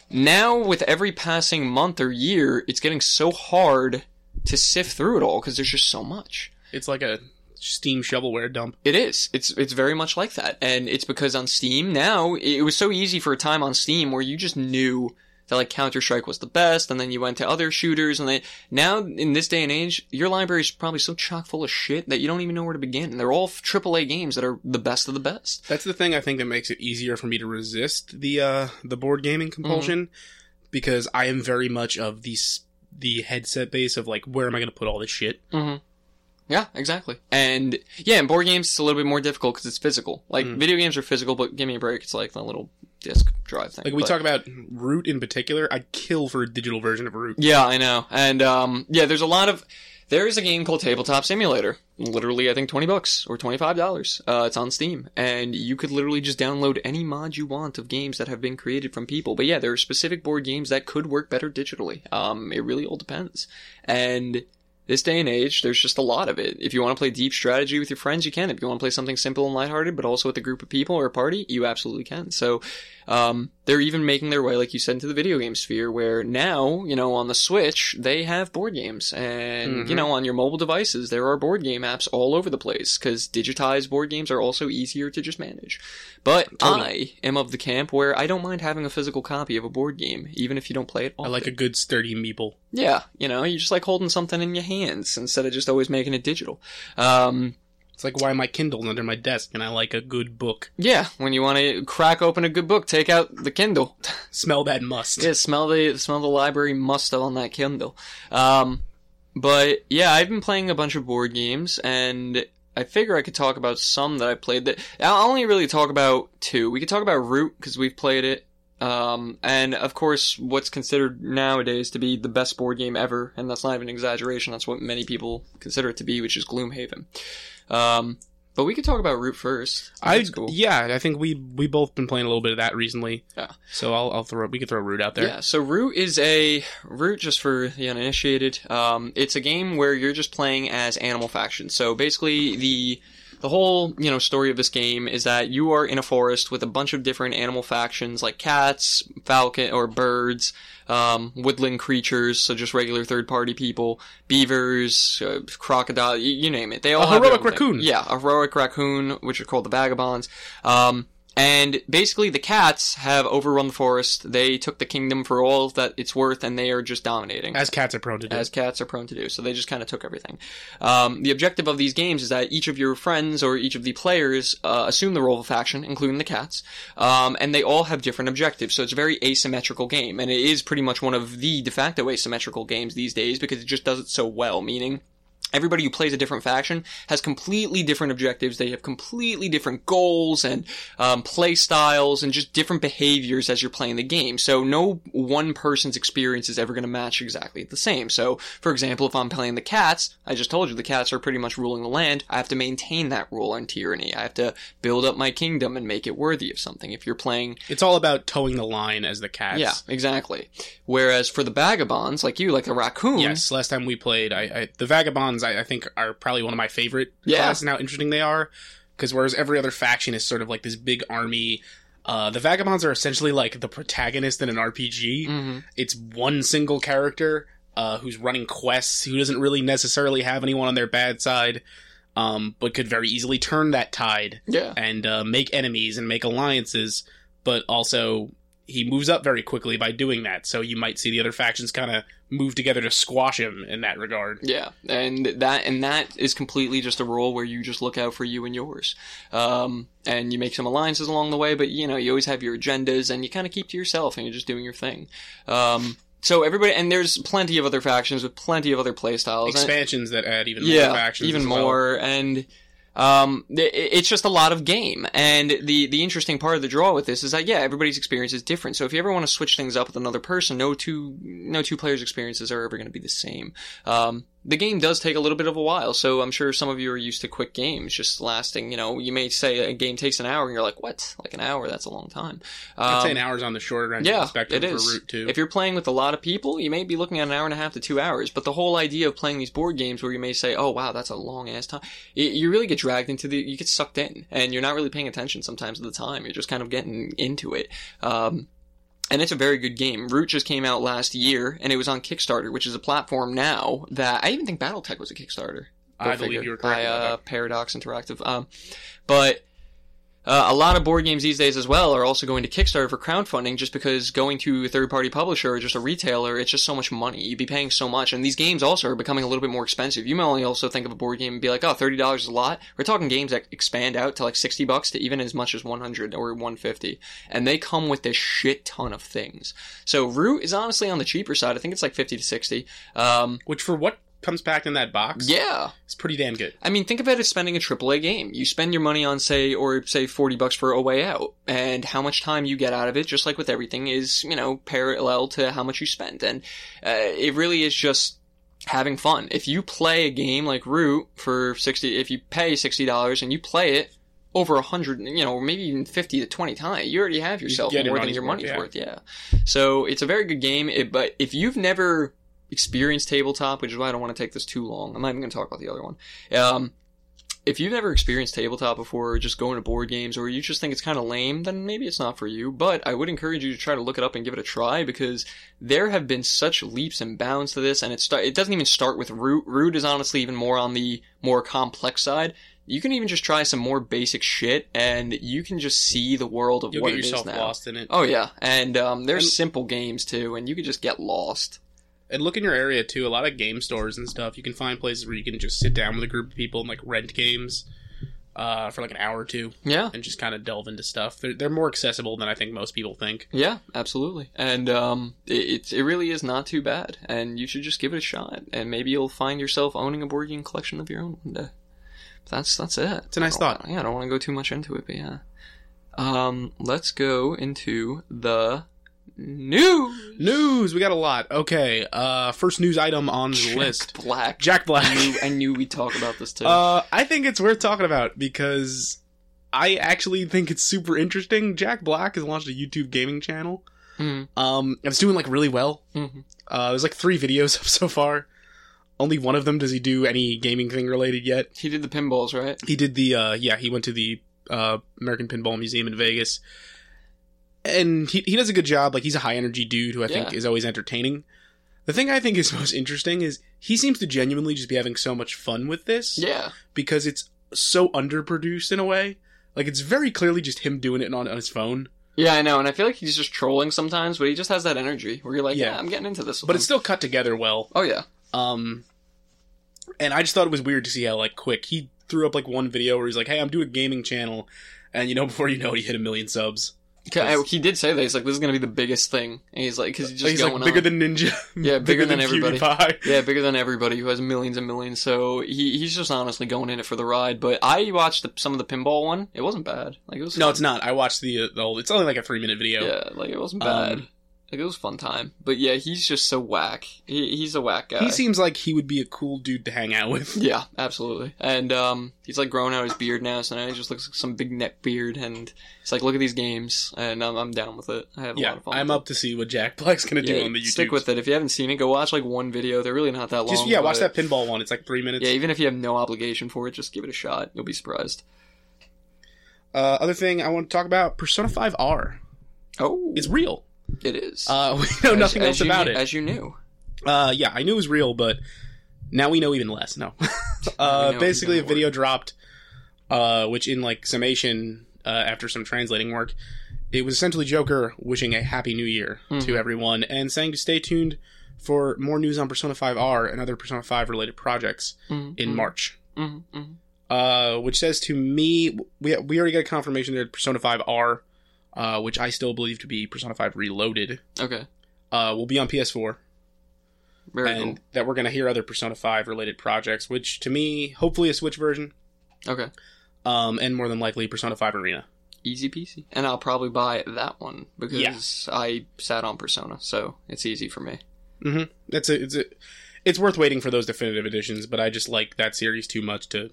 Speaker 2: Now, with every passing month or year, it's getting so hard to sift through it all because there's just so much.
Speaker 1: It's like a Steam shovelware dump.
Speaker 2: It is. It's it's very much like that, and it's because on Steam now it was so easy for a time on Steam where you just knew that like Counter Strike was the best, and then you went to other shooters, and then now in this day and age, your library is probably so chock full of shit that you don't even know where to begin. And they're all AAA games that are the best of the best.
Speaker 1: That's the thing I think that makes it easier for me to resist the uh, the board gaming compulsion
Speaker 2: Mm-hmm.
Speaker 1: because I am very much of the s- the headset base of like where am I going to put all this shit?
Speaker 2: Mm-hmm. Yeah, exactly. And yeah, in board games it's a little bit more difficult because it's physical. Like
Speaker 1: Mm.
Speaker 2: video games are physical, but give me a break. It's like the little disc drive thing.
Speaker 1: Like we
Speaker 2: but-
Speaker 1: talk about Root in particular, I'd kill for a digital version of Root.
Speaker 2: Yeah, I know. And um, yeah, there's a lot of. There is a game called Tabletop Simulator. Literally, I think twenty bucks or twenty five dollars. Uh, it's on Steam, and you could literally just download any mod you want of games that have been created from people. But yeah, there are specific board games that could work better digitally. Um, it really all depends. And this day and age, there's just a lot of it. If you want to play deep strategy with your friends, you can. If you want to play something simple and lighthearted, but also with a group of people or a party, you absolutely can. So, um, they're even making their way, like you said, into the video game sphere where now, you know, on the Switch, they have board games. And, you
Speaker 1: Mhm.
Speaker 2: know, on your mobile devices, there are board game apps all over the place because digitized board games are also easier to just manage. But
Speaker 1: Totally.
Speaker 2: I am of the camp where I don't mind having a physical copy of a board game, even if you don't play it
Speaker 1: I
Speaker 2: often.
Speaker 1: like a good sturdy meeple.
Speaker 2: Yeah, you know, you just like holding something in your hands instead of just always making it digital. Um,
Speaker 1: It's like why my Kindle's under my desk, and I like a good book.
Speaker 2: yeah, when you want to crack open a good book, take out the Kindle.
Speaker 1: Smell that must.
Speaker 2: yeah, smell the smell the library must on that Kindle. Um, but yeah, I've been playing a bunch of board games, and I figure I could talk about some that I played. That I'll only really talk about two. We could talk about Root because we've played it. Um, and of course, what's considered nowadays to be the best board game ever, and that's not even an exaggeration. That's what many people consider it to be, which is Gloomhaven. Um, but we could talk about Root first.
Speaker 1: I
Speaker 2: That's cool.
Speaker 1: yeah, I think we we both been playing a little bit of that recently.
Speaker 2: Yeah.
Speaker 1: So I'll I'll throw we could throw Root out there.
Speaker 2: Yeah, so Root is a Root just for the uninitiated. Um, it's a game where you're just playing as animal factions. So basically, the the whole you know story of this game is that you are in a forest with a bunch of different animal factions like cats, falcon or birds, um, woodland creatures, so just regular third party people, beavers, uh, crocodile, you, you name it. They all
Speaker 1: A
Speaker 2: have their
Speaker 1: heroic
Speaker 2: own thing.
Speaker 1: raccoon.
Speaker 2: Yeah, a heroic raccoon, which are called the vagabonds. Um, and basically, the cats have overrun the forest. They took the kingdom for all that it's worth, and they are just dominating
Speaker 1: As cats are prone to do.
Speaker 2: as cats are prone to do. So they just kind of took everything. Um, the objective of these games is that each of your friends or each of the players uh, assume the role of a faction, including the cats, um, and they all have different objectives. So it's a very asymmetrical game, and it is pretty much one of the de facto asymmetrical games these days because it just does it so well. Meaning. Everybody who plays a different faction has completely different objectives. They have completely different goals and um, play styles and just different behaviors as you're playing the game. So no one person's experience is ever going to match exactly the same. So, for example, if I'm playing the cats, I just told you the cats are pretty much ruling the land. I have to maintain that rule on tyranny. I have to build up my kingdom and make it worthy of something. If you're playing
Speaker 1: It's all about towing the line as the cats.
Speaker 2: yeah, exactly. Whereas for the vagabonds, like you, like a raccoon,
Speaker 1: Yes, last time we played, I, I the vagabonds I, I think are probably one of my favorite
Speaker 2: Yeah.
Speaker 1: classes and how interesting they are. Because whereas every other faction is sort of like this big army, uh, the vagabonds are essentially like the protagonist in an RPG.
Speaker 2: hmm
Speaker 1: It's one single character uh, who's running quests, who doesn't really necessarily have anyone on their bad side, um, but could very easily turn that tide
Speaker 2: yeah,
Speaker 1: and uh, make enemies and make alliances, but also he moves up very quickly by doing that. So you might see the other factions kind of move together to squash him in that regard.
Speaker 2: Yeah, and that and that is completely just a rule where you just look out for you and yours, um, and you make some alliances along the way. But you know, you always have your agendas, and you kind of keep to yourself, and you're just doing your thing. Um, so everybody, and there's plenty of other factions with plenty of other playstyles. and-
Speaker 1: Expansions that add even more factions,
Speaker 2: even
Speaker 1: as well.
Speaker 2: more, and um, i- i- it's just a lot of game. And the the interesting part of the draw with this is that yeah, everybody's experience is different. So if you ever want to switch things up with another person, no two no two players' experiences are ever going to be the same. Um, the game does take a little bit of a while, so I'm sure some of you are used to quick games just lasting, you know, you may say a game takes an hour and you're like, what? Like an hour? That's a long time.
Speaker 1: I'd say
Speaker 2: Um,
Speaker 1: an hour's on the shorter end
Speaker 2: yeah,
Speaker 1: of the spectrum
Speaker 2: it is.
Speaker 1: for Route 2.
Speaker 2: If you're playing with a lot of people, you may be looking at an hour and a half to two hours. But the whole idea of playing these board games where you may say, oh, wow, that's a long ass time, y you really get dragged into the, you get sucked in. And you're not really paying attention sometimes at the time. You're just kind of getting into it. Um, and it's a very good game. Root just came out last year, and it was on Kickstarter, which is a platform now that I even think BattleTech was a Kickstarter. Go
Speaker 1: I believe
Speaker 2: figure.
Speaker 1: you were correct.
Speaker 2: By
Speaker 1: about
Speaker 2: uh, Paradox Interactive. Um, but uh, a lot of board games these days as well are also going to Kickstarter for crowdfunding just because going to a third party publisher or just a retailer, it's just so much money. You'd be paying so much. And these games also are becoming a little bit more expensive. You may only also think of a board game and be like, oh, $30 is a lot. We're talking games that expand out to like 60 bucks to even as much as 100 or 150. And they come with a shit ton of things. So Root is honestly on the cheaper side. I think it's like 50 to 60. Um,
Speaker 1: that. Which, for what comes packed in that box,
Speaker 2: yeah.
Speaker 1: it's pretty damn good.
Speaker 2: I mean, think of it as spending a AAA game. You spend your money on, say, or say, forty bucks for a way out, and how much time you get out of it, just like with everything, is you know parallel to how much you spend, and uh, it really is just having fun. If you play a game like Root for sixty, if you pay sixty dollars and you play it over a hundred, you know, maybe even fifty to twenty times, you already have yourself
Speaker 1: get your
Speaker 2: more than
Speaker 1: money's
Speaker 2: your
Speaker 1: worth,
Speaker 2: money's
Speaker 1: yeah.
Speaker 2: worth. Yeah, so it's a very good game. It, but if you've never experienced tabletop, which is why I don't want to take this too long, I'm not even going to talk about the other one. Um, if you've never experienced tabletop before, or just going to board games, or you just think it's kind of lame, then maybe it's not for you. But I would encourage you to try to look it up and give it a try because there have been such leaps and bounds to this, and it start, it doesn't even start with root. Root is honestly even more on the more complex side. You can even just try some more basic shit, and you can just see the world of
Speaker 1: You'll
Speaker 2: what
Speaker 1: get
Speaker 2: it is
Speaker 1: yourself
Speaker 2: now.
Speaker 1: lost in it.
Speaker 2: Oh yeah, and um, there's
Speaker 1: And-
Speaker 2: simple games too, and you could just get lost.
Speaker 1: And look in your area too. A lot of game stores and stuff. You can find places where you can just sit down with a group of people and like rent games uh, for like an hour or two
Speaker 2: Yeah,
Speaker 1: and just kind of delve into stuff. They're, they're more accessible than I think most people think.
Speaker 2: yeah, absolutely. And um, it, it's it really is not too bad, and you should just give it a shot, and maybe you'll find yourself owning a board game collection of your own one day. That's that's it. It's
Speaker 1: a nice thought.
Speaker 2: Yeah, I don't want to go too much into it, but yeah. Um, let's go into the news.
Speaker 1: News, we got a lot. Okay, uh, first news item on the
Speaker 2: Jack
Speaker 1: list:
Speaker 2: (laughs) Black.
Speaker 1: Jack
Speaker 2: I
Speaker 1: Black. (laughs)
Speaker 2: knew, I knew we'd talk about this too.
Speaker 1: Uh, I think it's worth talking about because I actually think it's super interesting. Jack Black has launched a YouTube gaming channel.
Speaker 2: Mhm,
Speaker 1: Um, and it's doing like really well.
Speaker 2: mhm.
Speaker 1: Uh, there's like three videos (laughs) up so far. Only one of them does he do any gaming thing related yet.
Speaker 2: He did the pinballs, right?
Speaker 1: He did the uh yeah, he went to the uh American Pinball Museum in Vegas. And he he does a good job. Like he's a high energy dude who I think
Speaker 2: Yeah.
Speaker 1: is always entertaining. The thing I think is (laughs) most interesting is he seems to genuinely just be having so much fun with this
Speaker 2: Yeah.
Speaker 1: because it's so underproduced in a way. Like it's very clearly just him doing it on, on his phone.
Speaker 2: Yeah, I know, and I feel like he's just trolling sometimes, but he just has that energy where you're like, yeah,
Speaker 1: Yeah.
Speaker 2: I'm getting into this. with
Speaker 1: But
Speaker 2: him."
Speaker 1: it's still cut together well.
Speaker 2: oh yeah,
Speaker 1: Um, and I just thought it was weird to see how like quick he threw up like one video where he's like, "Hey, I'm doing a gaming channel," and you know, (laughs) before you know it, he hit a million subs.
Speaker 2: 'Cause I- he did say that he's like, this is gonna be the biggest thing, and he's like, because he's just
Speaker 1: Oh, he's
Speaker 2: going
Speaker 1: like bigger
Speaker 2: on.
Speaker 1: than Ninja, (laughs)
Speaker 2: Yeah, bigger than everybody.
Speaker 1: PewDiePie.
Speaker 2: (laughs) yeah, bigger than everybody who has millions and millions. So he, he's just honestly going in it for the ride. But I watched the, some of the pinball one. It wasn't bad. Like it was
Speaker 1: No, it's not. I watched the, uh, the old. It's only like a three minute video.
Speaker 2: yeah, like it wasn't bad.
Speaker 1: Um,
Speaker 2: like it was a fun time. But yeah, he's just so whack. He, he's a whack guy.
Speaker 1: He seems like he would be a cool dude to hang out
Speaker 2: (laughs)
Speaker 1: with.
Speaker 2: Yeah, absolutely. And um, he's like growing out his beard now, so now he just looks like some big neck beard. And it's like, look at these games, and I'm, I'm down with it. I have a
Speaker 1: Yeah,
Speaker 2: lot of fun.
Speaker 1: I'm
Speaker 2: with
Speaker 1: up to see what Jack Black's gonna
Speaker 2: it.
Speaker 1: do
Speaker 2: Yeah,
Speaker 1: on the YouTube.
Speaker 2: stick with it. If you haven't seen it, go watch like one video. They're really not that long.
Speaker 1: Just yeah, watch
Speaker 2: but-
Speaker 1: that pinball one. It's like three minutes.
Speaker 2: Yeah, even if you have no obligation for it, just give it a shot. You'll be surprised.
Speaker 1: Uh, other thing I want to talk about: Persona Five R.
Speaker 2: Oh,
Speaker 1: It's real.
Speaker 2: it is.
Speaker 1: Uh, (laughs) we know
Speaker 2: As-
Speaker 1: nothing
Speaker 2: as
Speaker 1: else
Speaker 2: you
Speaker 1: about
Speaker 2: knew-
Speaker 1: it.
Speaker 2: As you knew.
Speaker 1: Uh, yeah, I knew it was real, but now we know even less. No, (laughs) uh,
Speaker 2: even
Speaker 1: basically a
Speaker 2: more.
Speaker 1: video dropped, uh, which in like summation, uh, after some translating work, it was essentially Joker wishing a happy new year
Speaker 2: Mhm.
Speaker 1: to everyone and saying to stay tuned for more news on Persona 5R and other Persona 5 related projects
Speaker 2: Mhm,
Speaker 1: in
Speaker 2: mhm,
Speaker 1: March.
Speaker 2: mhm, mhm.
Speaker 1: Uh, which says to me, we we already got confirmation there. Persona 5R, uh, which I still believe to be Persona 5 Reloaded,
Speaker 2: Okay.
Speaker 1: uh, will be on PS4
Speaker 2: Very
Speaker 1: and that we're going to hear other Persona 5 related projects, which to me, hopefully a Switch version,
Speaker 2: cool. Okay.
Speaker 1: um, and more than likely Persona 5 Arena.
Speaker 2: Easy peasy. And I'll probably buy that one because I sat on Persona, so it's easy for me.
Speaker 1: That's a, it's a, it's worth waiting for those definitive editions, but I just like that series too much to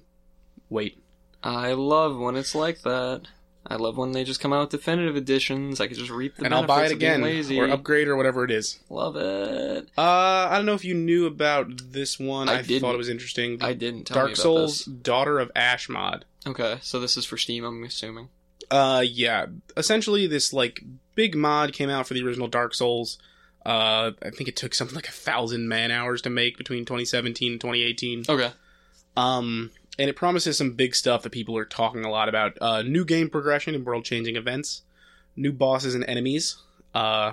Speaker 1: wait.
Speaker 2: I love when it's like that. I love when they just come out with definitive editions. I can just reap the
Speaker 1: and I'll buy it
Speaker 2: benefits of being
Speaker 1: again
Speaker 2: Lazy.
Speaker 1: or upgrade or whatever it is.
Speaker 2: love it.
Speaker 1: Uh, I don't know if you knew about this one.
Speaker 2: I
Speaker 1: I,
Speaker 2: didn't.
Speaker 1: thought it was interesting. The
Speaker 2: I didn't tell
Speaker 1: Dark
Speaker 2: me about
Speaker 1: Souls
Speaker 2: this.
Speaker 1: Daughter of Ash mod.
Speaker 2: Okay, so this is for Steam. I'm assuming.
Speaker 1: Uh, yeah. Essentially, this like big mod came out for the original Dark Souls. Uh, I think it took something like a thousand man hours to make between 2017 and 2018.
Speaker 2: Okay.
Speaker 1: Um, and it promises some big stuff that people are talking a lot about: uh, new game progression and world-changing events, new bosses and enemies, uh,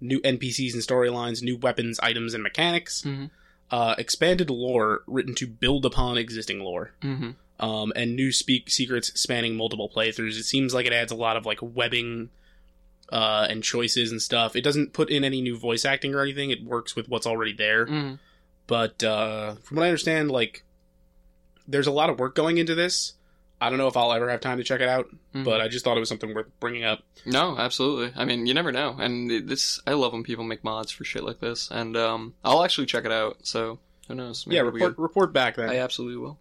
Speaker 1: new NPCs and storylines, new weapons, items, and mechanics,
Speaker 2: Mhm.
Speaker 1: uh, expanded lore written to build upon existing lore
Speaker 2: Mm-hmm.
Speaker 1: um, and new speak secrets spanning multiple playthroughs. It seems like it adds a lot of like webbing uh, and choices and stuff. It doesn't put in any new voice acting or anything. It works with what's already there.
Speaker 2: Mm-hmm.
Speaker 1: But uh, from what I understand, like there's a lot of work going into this. I don't know if I'll ever have time to check it out,
Speaker 2: Mm.
Speaker 1: but uh, I just thought it was something worth bringing up.
Speaker 2: Mm-hmm. No, absolutely. I mean, you never know. And it- this, I love when people make mods for shit like this. And um, I'll actually check it out. So who knows? Maybe
Speaker 1: yeah,
Speaker 2: it'll be Oh,
Speaker 1: report report back
Speaker 2: good.
Speaker 1: then.
Speaker 2: I absolutely will.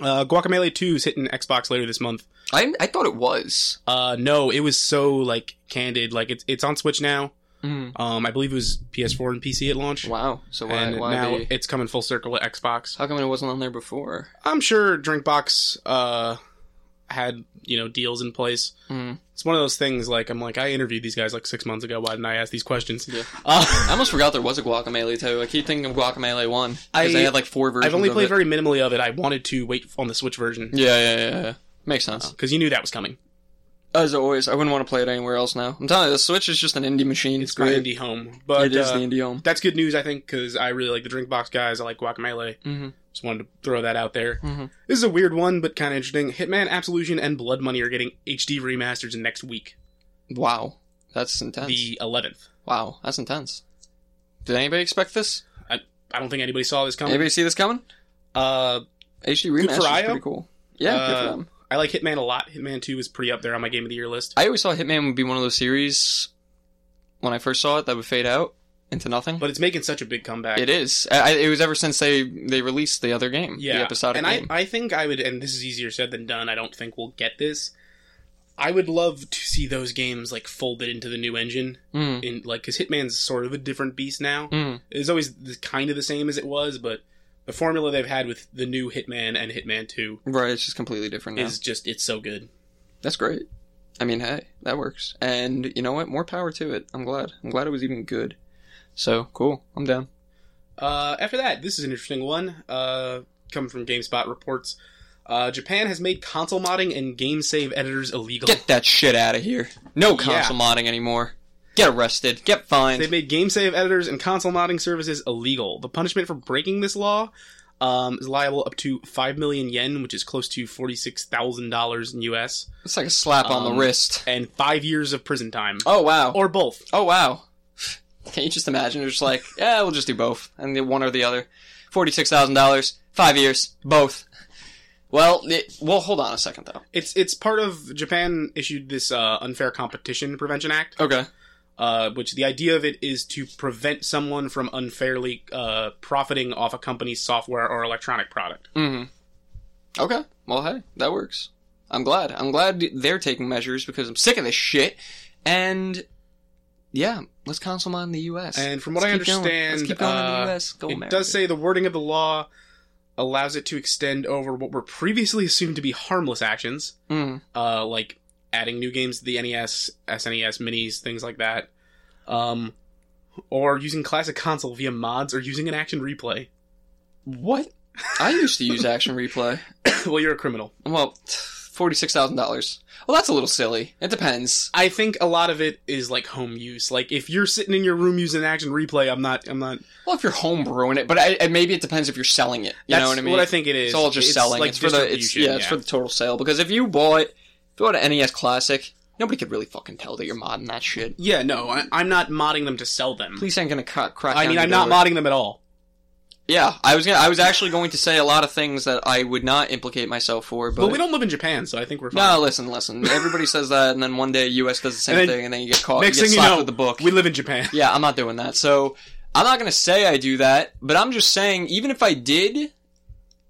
Speaker 1: Uh, Guacamelee Two is hitting Xbox later this month.
Speaker 2: I I thought it was.
Speaker 1: Uh, no, it was so like candid. Like it's it's on Switch now.
Speaker 2: Mm.
Speaker 1: Um, I believe it was PS4 and PC at launch.
Speaker 2: Wow. So why
Speaker 1: and
Speaker 2: why
Speaker 1: now
Speaker 2: the-
Speaker 1: it's coming full circle to Xbox.
Speaker 2: how come it wasn't on there before?
Speaker 1: I'm sure Drinkbox uh, had you know deals in place.
Speaker 2: Mm.
Speaker 1: It's one of those things. Like I'm like I interviewed these guys like six months ago. Why didn't I ask these questions?
Speaker 2: Yeah. I
Speaker 1: (laughs) Uh,
Speaker 2: almost forgot there was a Guacamelee too. I keep thinking of Guacamelee one because they
Speaker 1: I-
Speaker 2: had like four versions.
Speaker 1: I've only
Speaker 2: of
Speaker 1: played
Speaker 2: it.
Speaker 1: very minimally of it. I wanted to wait on the Switch version
Speaker 2: Yeah, yeah, yeah, yeah. Makes sense.
Speaker 1: because you knew that was coming. Oh.
Speaker 2: As always, I wouldn't want to play it anywhere else now. I'm telling you, the Switch is just an indie machine.
Speaker 1: It's
Speaker 2: It's
Speaker 1: my
Speaker 2: great.
Speaker 1: indie home, but
Speaker 2: it is
Speaker 1: uh,
Speaker 2: the indie home.
Speaker 1: that's good news I think because I really like the Drinkbox guys. I like Guacamole.
Speaker 2: Mhm.
Speaker 1: Just wanted to throw that out there.
Speaker 2: Mhm.
Speaker 1: This is a weird one, but kind of interesting. Hitman Absolution and Blood Money are getting HD remasters next week,
Speaker 2: Wow, that's intense.
Speaker 1: the 11th.
Speaker 2: Wow, that's intense. Did anybody expect this?
Speaker 1: I don't think anybody saw this coming.
Speaker 2: Anybody see this coming?
Speaker 1: Uh,
Speaker 2: HD
Speaker 1: Good for
Speaker 2: remaster is
Speaker 1: IO?
Speaker 2: pretty cool. Yeah, good for
Speaker 1: Uh,
Speaker 2: them.
Speaker 1: I like Hitman a lot. Hitman Two is pretty up there on my game of the year list.
Speaker 2: I always thought Hitman would be one of those series when I first saw it that would fade out into nothing.
Speaker 1: But it's making such a big comeback.
Speaker 2: It is. I, I- it was ever since they they released the other game,
Speaker 1: Yeah,
Speaker 2: the episodic
Speaker 1: and
Speaker 2: game.
Speaker 1: I, I think I would, and this is easier said than done. I don't think we'll get this. I would love to see those games like folded into the new engine,
Speaker 2: Mm,
Speaker 1: in like because Hitman's sort of a different beast now.
Speaker 2: mm,
Speaker 1: It's always the, kind of the same as it was, but the formula they've had with the new Hitman and Hitman Two
Speaker 2: right, it's just completely different now.
Speaker 1: is just it's so good.
Speaker 2: That's great. I mean, hey, that works. And you know what? More power to it. I'm glad. I'm glad it was even good. So cool. I'm down.
Speaker 1: Uh, after that, this is an interesting one. Uh, coming from GameSpot reports, uh, Japan has made console modding and game save editors illegal.
Speaker 2: Get that shit out of here. No
Speaker 1: Yeah.
Speaker 2: console modding anymore. Get arrested. Get fined.
Speaker 1: They made game save editors and console modding services illegal. The punishment for breaking this law um, is liable up to five million yen, which is close to forty six thousand dollars in U.S.
Speaker 2: It's like a slap on the
Speaker 1: Um,
Speaker 2: wrist.
Speaker 1: and five years of prison time,
Speaker 2: Oh wow.
Speaker 1: or both.
Speaker 2: oh wow. (laughs) Can you just imagine? They're just like, yeah, we'll just do both, and the one or the other. Forty-six thousand dollars, five years, both. Well, it, well, hold on a second though.
Speaker 1: It's it's part of Japan issued this uh, unfair competition prevention act.
Speaker 2: Okay.
Speaker 1: uh, which the idea of it is to prevent someone from unfairly uh, profiting off a company's software or electronic product.
Speaker 2: hmm Okay. Well, hey, that works. I'm glad. I'm glad they're taking measures because I'm sick of this shit. And yeah, let's console mod in the U.S.
Speaker 1: And from what
Speaker 2: Let's
Speaker 1: I
Speaker 2: keep going.
Speaker 1: understand,
Speaker 2: let's keep going in the
Speaker 1: uh,
Speaker 2: U.S. Go
Speaker 1: it
Speaker 2: America.
Speaker 1: does say the wording of the law allows it to extend over what were previously assumed to be harmless actions,
Speaker 2: Mm.
Speaker 1: uh, like adding new games to the E NES, SNES minis, things like that, um, or using classic console via mods or using an action replay. (laughs)
Speaker 2: What? I used to use Action Replay.
Speaker 1: well, you're a criminal.
Speaker 2: Well, forty-six thousand dollars. Well, that's a little silly. It depends.
Speaker 1: I think a lot of it is like home use. Like if you're sitting in your room using action replay, I'm not. I'm not.
Speaker 2: Well, if you're homebrewing it, but I, I- maybe it depends if you're selling it. You
Speaker 1: That's
Speaker 2: know what I mean?
Speaker 1: What I think it is.
Speaker 2: It's all just selling.
Speaker 1: like
Speaker 2: it's for the it's,
Speaker 1: distribution,
Speaker 2: yeah, it's for the total sale. Because if you bought if you bought an NES Classic, nobody could really fucking tell that you're modding that shit.
Speaker 1: Yeah, no, I, I'm not modding them to sell them.
Speaker 2: Police ain't gonna cut crack.
Speaker 1: I
Speaker 2: down
Speaker 1: mean,
Speaker 2: your
Speaker 1: I'm not
Speaker 2: door.
Speaker 1: modding them at all.
Speaker 2: Yeah, I was gonna. I was actually going to say a lot of things that I would not implicate myself for, but.
Speaker 1: But, we don't live in Japan, so I think we're fine.
Speaker 2: no, listen, listen. Everybody says that, and then one day U.S. does the same
Speaker 1: And then-
Speaker 2: thing, and then you get caught.
Speaker 1: next
Speaker 2: you get
Speaker 1: thing you
Speaker 2: slapped
Speaker 1: know,
Speaker 2: with the book.
Speaker 1: We live in Japan. (laughs)
Speaker 2: Yeah, I'm not doing that. So I'm not gonna say I do that, but I'm just saying, even if I did,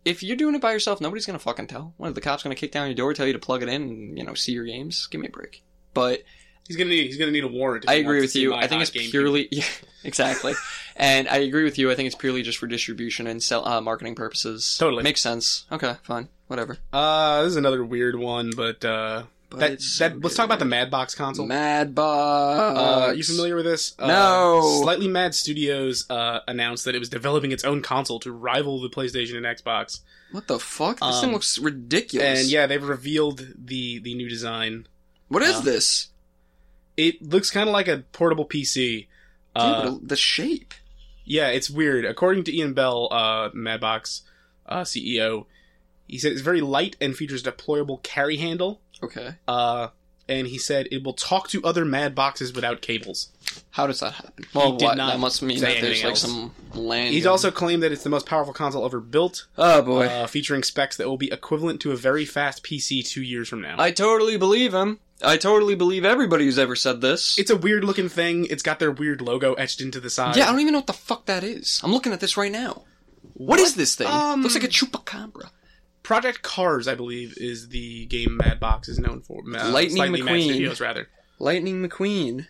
Speaker 2: if you're doing it by yourself, nobody's gonna fucking tell. One of the cops gonna kick down your door, tell you to plug it in, and you know, see your games. Give me a break. But
Speaker 1: He's gonna need he's gonna need a warrant. if
Speaker 2: I
Speaker 1: he
Speaker 2: agree
Speaker 1: wants to see
Speaker 2: with you.
Speaker 1: my
Speaker 2: I think
Speaker 1: hot
Speaker 2: it's
Speaker 1: GameCube.
Speaker 2: purely (laughs) yeah, exactly, and I agree with you. I think it's purely just for distribution and sell uh, marketing purposes.
Speaker 1: Totally.
Speaker 2: makes sense. Okay, fine, whatever.
Speaker 1: Uh, this is another weird one, but uh,
Speaker 2: But
Speaker 1: that,
Speaker 2: it's
Speaker 1: that
Speaker 2: so
Speaker 1: let's talk about the
Speaker 2: good.
Speaker 1: Madbox console.
Speaker 2: Mad
Speaker 1: Uh,
Speaker 2: Box.
Speaker 1: are you familiar with this? Uh,
Speaker 2: No.
Speaker 1: Slightly Mad Studios uh, announced that it was developing its own console to rival the PlayStation and Xbox.
Speaker 2: What the fuck? This thing
Speaker 1: Um,
Speaker 2: looks ridiculous.
Speaker 1: And yeah, they've revealed the the new design.
Speaker 2: what is
Speaker 1: uh,
Speaker 2: this?
Speaker 1: It looks kind of like a portable PC.
Speaker 2: Dude,
Speaker 1: Uh,
Speaker 2: the- the shape.
Speaker 1: Yeah, it's weird. According to Ian Bell, uh, Madbox uh, CEO, he said it's very light and features a deployable carry handle.
Speaker 2: Okay,
Speaker 1: Uh, and he said it will talk to other Madboxes without cables.
Speaker 2: how does that happen? Well,
Speaker 1: did
Speaker 2: what?
Speaker 1: not
Speaker 2: that must mean
Speaker 1: say
Speaker 2: that there's
Speaker 1: anything
Speaker 2: like
Speaker 1: else.
Speaker 2: some land.
Speaker 1: He's also claimed that it's the most powerful console ever built,
Speaker 2: oh boy.
Speaker 1: uh, featuring specs that will be equivalent to a very fast PC two years from now.
Speaker 2: I totally believe him. I totally believe everybody who's ever said this.
Speaker 1: it's a weird looking thing. It's got their weird logo etched into the side.
Speaker 2: Yeah, I don't even know what the fuck that is. I'm looking at this right now. what is this thing?
Speaker 1: Um,
Speaker 2: Looks like a chupacabra.
Speaker 1: Project Cars, I believe, is the game Madbox is known for. Uh,
Speaker 2: Lightning
Speaker 1: Slightly Mad
Speaker 2: McQueen.
Speaker 1: Studios, rather.
Speaker 2: Lightning McQueen.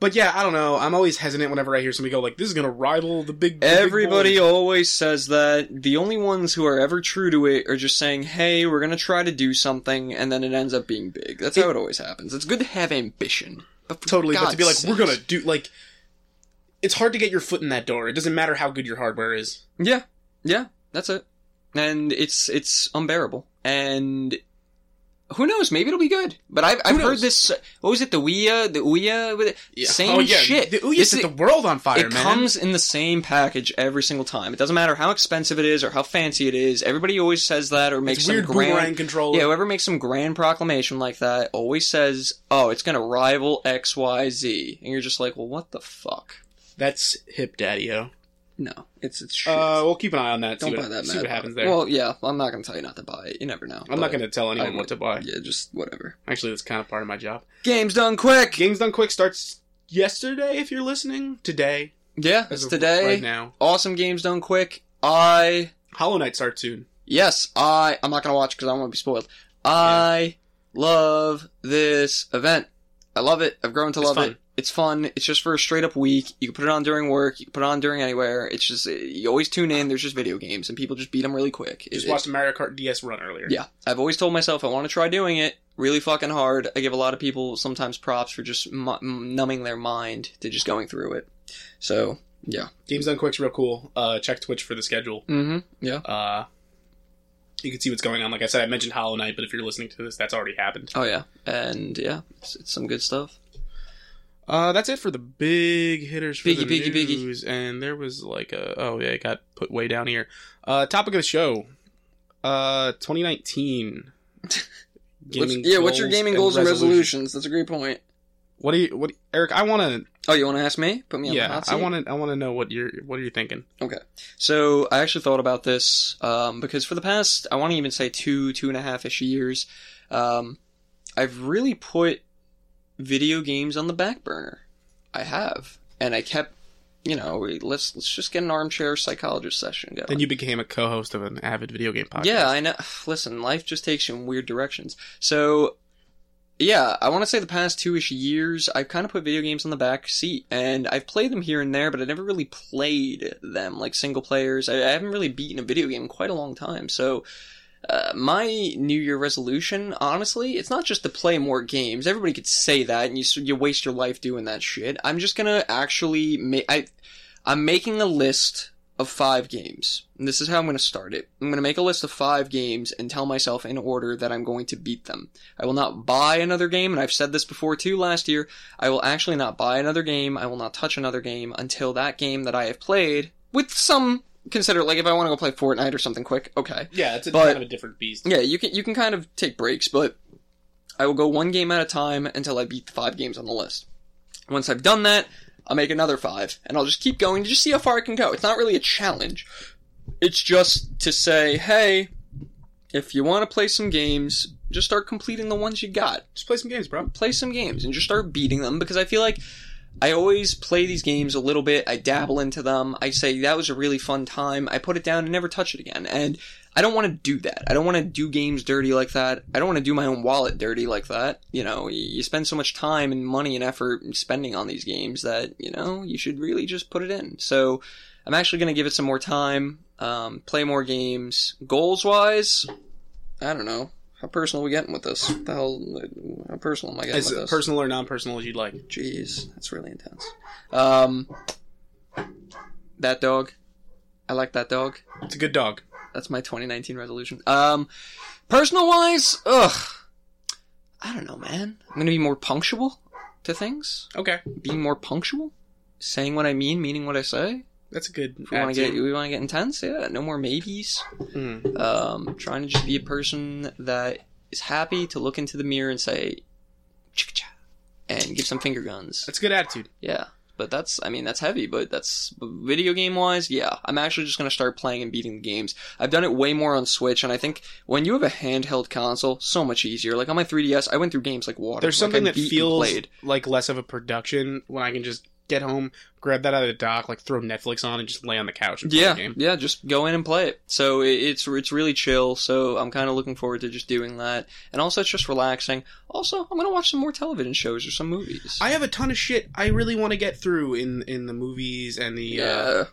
Speaker 1: But yeah, I don't know. I'm always hesitant whenever I hear somebody go like, "This is gonna rival the big." the big
Speaker 2: Everybody
Speaker 1: boys."
Speaker 2: always says that. The only ones who are ever true to it are just saying, "Hey, we're gonna try to do something," and then it ends up being big. That's how it always happens. It's good to have ambition, but for
Speaker 1: totally, but
Speaker 2: God's
Speaker 1: to be like, "We're gonna
Speaker 2: sakes."
Speaker 1: do like," it's hard to get your foot in that door. It doesn't matter how good your hardware is.
Speaker 2: Yeah, yeah, that's it. And it's it's unbearable. And who knows? Maybe it'll be good. But I've, I've heard
Speaker 1: knows?
Speaker 2: this. What was it? The Ouya, the Ouya, with it?
Speaker 1: (laughs)
Speaker 2: same
Speaker 1: Oh, yeah.
Speaker 2: shit.
Speaker 1: The Ouya
Speaker 2: This
Speaker 1: set
Speaker 2: is-
Speaker 1: the world on fire,
Speaker 2: it
Speaker 1: man.
Speaker 2: comes in the same package every single time. It doesn't matter how expensive it is or how fancy it is. Everybody always says that or makes
Speaker 1: it's
Speaker 2: some
Speaker 1: weird
Speaker 2: grand.
Speaker 1: boomerang controller.
Speaker 2: Yeah, whoever makes some grand proclamation like that always says, "Oh, it's gonna rival X, Y, Z," and you're just like, "Well, what the fuck?"
Speaker 1: That's hip, daddy. Uh,
Speaker 2: No, it's it's shit.
Speaker 1: we'll keep an eye on that.
Speaker 2: Don't
Speaker 1: see
Speaker 2: buy
Speaker 1: what,
Speaker 2: that.
Speaker 1: See
Speaker 2: Mad
Speaker 1: what
Speaker 2: Box.
Speaker 1: happens there.
Speaker 2: Well, yeah, I'm not gonna tell you not to buy it. You never know.
Speaker 1: I'm
Speaker 2: but-
Speaker 1: not gonna tell anyone
Speaker 2: I
Speaker 1: what to buy.
Speaker 2: Yeah, just whatever.
Speaker 1: Actually, that's kind of part of my job.
Speaker 2: Game's done quick.
Speaker 1: Games Done Quick starts yesterday. If you're listening today,
Speaker 2: yeah,
Speaker 1: as
Speaker 2: it's
Speaker 1: of
Speaker 2: today.
Speaker 1: right now.
Speaker 2: Awesome games done quick. I
Speaker 1: Hollow Knight starts soon.
Speaker 2: Yes, I. I'm not gonna watch because I want to be spoiled. I love this event. I love it. I've grown to
Speaker 1: It's
Speaker 2: love
Speaker 1: fun.
Speaker 2: it. It's fun. It's just for a straight up week. You can put it on during work. You can put it on during anywhere. It's just you always tune in. There's just video games and people just beat them really quick. It-
Speaker 1: Just
Speaker 2: it-
Speaker 1: watched a Mario Kart DS run earlier.
Speaker 2: yeah, I've always told myself I want to try doing it really fucking hard. I give a lot of people sometimes props for just mu- numbing their mind to just going through it. So yeah.
Speaker 1: Games Done Quick's real cool. Uh, check Twitch for the schedule.
Speaker 2: Mm-hmm. Yeah.
Speaker 1: Uh, you can see what's going on. Like I said, I mentioned Hollow Knight, but if you're listening to this, that's already happened.
Speaker 2: Oh yeah. And yeah, it's, it's some good stuff.
Speaker 1: Uh, that's it for the big hitters for
Speaker 2: Biggie,
Speaker 1: the
Speaker 2: biggie, biggie.
Speaker 1: news. And there was like a oh yeah, it got put way down here. Uh, topic of the show, uh, 2019.
Speaker 2: (laughs) What's,
Speaker 1: Gaming
Speaker 2: yeah, what's your gaming goals and resolutions?
Speaker 1: resolution?
Speaker 2: That's a great point.
Speaker 1: What do you what Eric? I want to
Speaker 2: Oh, you want to ask me? Put me on the
Speaker 1: yeah,
Speaker 2: hot seat.
Speaker 1: I want to I want to know what you're what are you thinking?
Speaker 2: So I actually thought about this um, because for the past, I want to even say two, two and a half ish years, um, I've really put video games on the back burner. I have, and I kept, you know, let's let's just get an armchair psychologist session going.
Speaker 1: Then you became a co-host of an avid video game podcast.
Speaker 2: Yeah, I know. (sighs) Listen, life just takes you in weird directions. So, yeah, I want to say the past two ish years, I've kind of put video games on the back seat, and I've played them here and there, but I never really played them like single players. I, I haven't really beaten a video game in quite a long time. So, uh, my New Year resolution, honestly, it's not just to play more games. Everybody could say that, and you s- you waste your life doing that shit. I'm just gonna actually make. I, I'm making a list of five games. And this is how I'm going to start it. I'm going to make a list of five games and tell myself in order that I'm going to beat them. I will not buy another game, and I've said this before too last year. I will actually not buy another game. I will not touch another game until that game that I have played with some consider. Like if I want to go play Fortnite or something quick, okay.
Speaker 1: Yeah, it's a,
Speaker 2: But-
Speaker 1: kind of a different beast.
Speaker 2: Yeah, you can you can kind of take breaks, but I will go one game at a time until I beat the five games on the list. Once I've done that, I'll make another five, and I'll just keep going to just see how far I can go. It's not really a challenge. It's just to say, hey, if you want to play some games, just start completing the ones you got
Speaker 1: Just play some games, bro.
Speaker 2: play some games and just start beating them because I feel like I always play these games a little bit. I dabble into them. I say that was a really fun time. I put it down and never touch it again. And I don't want to do that. I don't want to do games dirty like that. I don't want to do my own wallet dirty like that. You know, y- you spend so much time and money and effort spending on these games that, you know, you should really just put it in. So I'm actually going to give it some more time, um, play more games. Goals wise, I don't know. How personal are we getting with this? What the hell, how personal am I getting
Speaker 1: as
Speaker 2: with this?
Speaker 1: personal or non-personal as you'd like.
Speaker 2: Jeez, that's really intense. Um, that dog. I like that dog.
Speaker 1: It's a good dog.
Speaker 2: That's my 2019 resolution. Um, personal wise, ugh, I don't know, man. I'm gonna be more punctual to things.
Speaker 1: Okay,
Speaker 2: Being more punctual, saying what I mean, meaning what I say.
Speaker 1: that's a good.
Speaker 2: If we want to get, we want to get intense. Yeah, no more maybes.
Speaker 1: Mm.
Speaker 2: Um, trying to just be a person that is happy to look into the mirror and say, "Chicka-cha," and give some finger guns.
Speaker 1: That's a good attitude.
Speaker 2: Yeah, but that's I mean that's heavy, but that's but video game wise. Yeah, I'm actually just gonna start playing and beating the games. I've done it way more on Switch, and I think when you have a handheld console, so much easier. Like on my 3DS, I went through games like water.
Speaker 1: There's
Speaker 2: Like, I
Speaker 1: something that
Speaker 2: beat and
Speaker 1: feels
Speaker 2: played.
Speaker 1: like less of a production when I can just get home, grab that out of the dock, like throw Netflix on, and just lay on the couch and play
Speaker 2: Yeah,
Speaker 1: the game.
Speaker 2: yeah, just go in and play it. So i- it's it's really chill. So I'm kind of looking forward to just doing that, and also it's just relaxing. Also, I'm gonna watch some more television shows or some movies.
Speaker 1: I have a ton of shit I really want to get through in in the movies and the. Uh,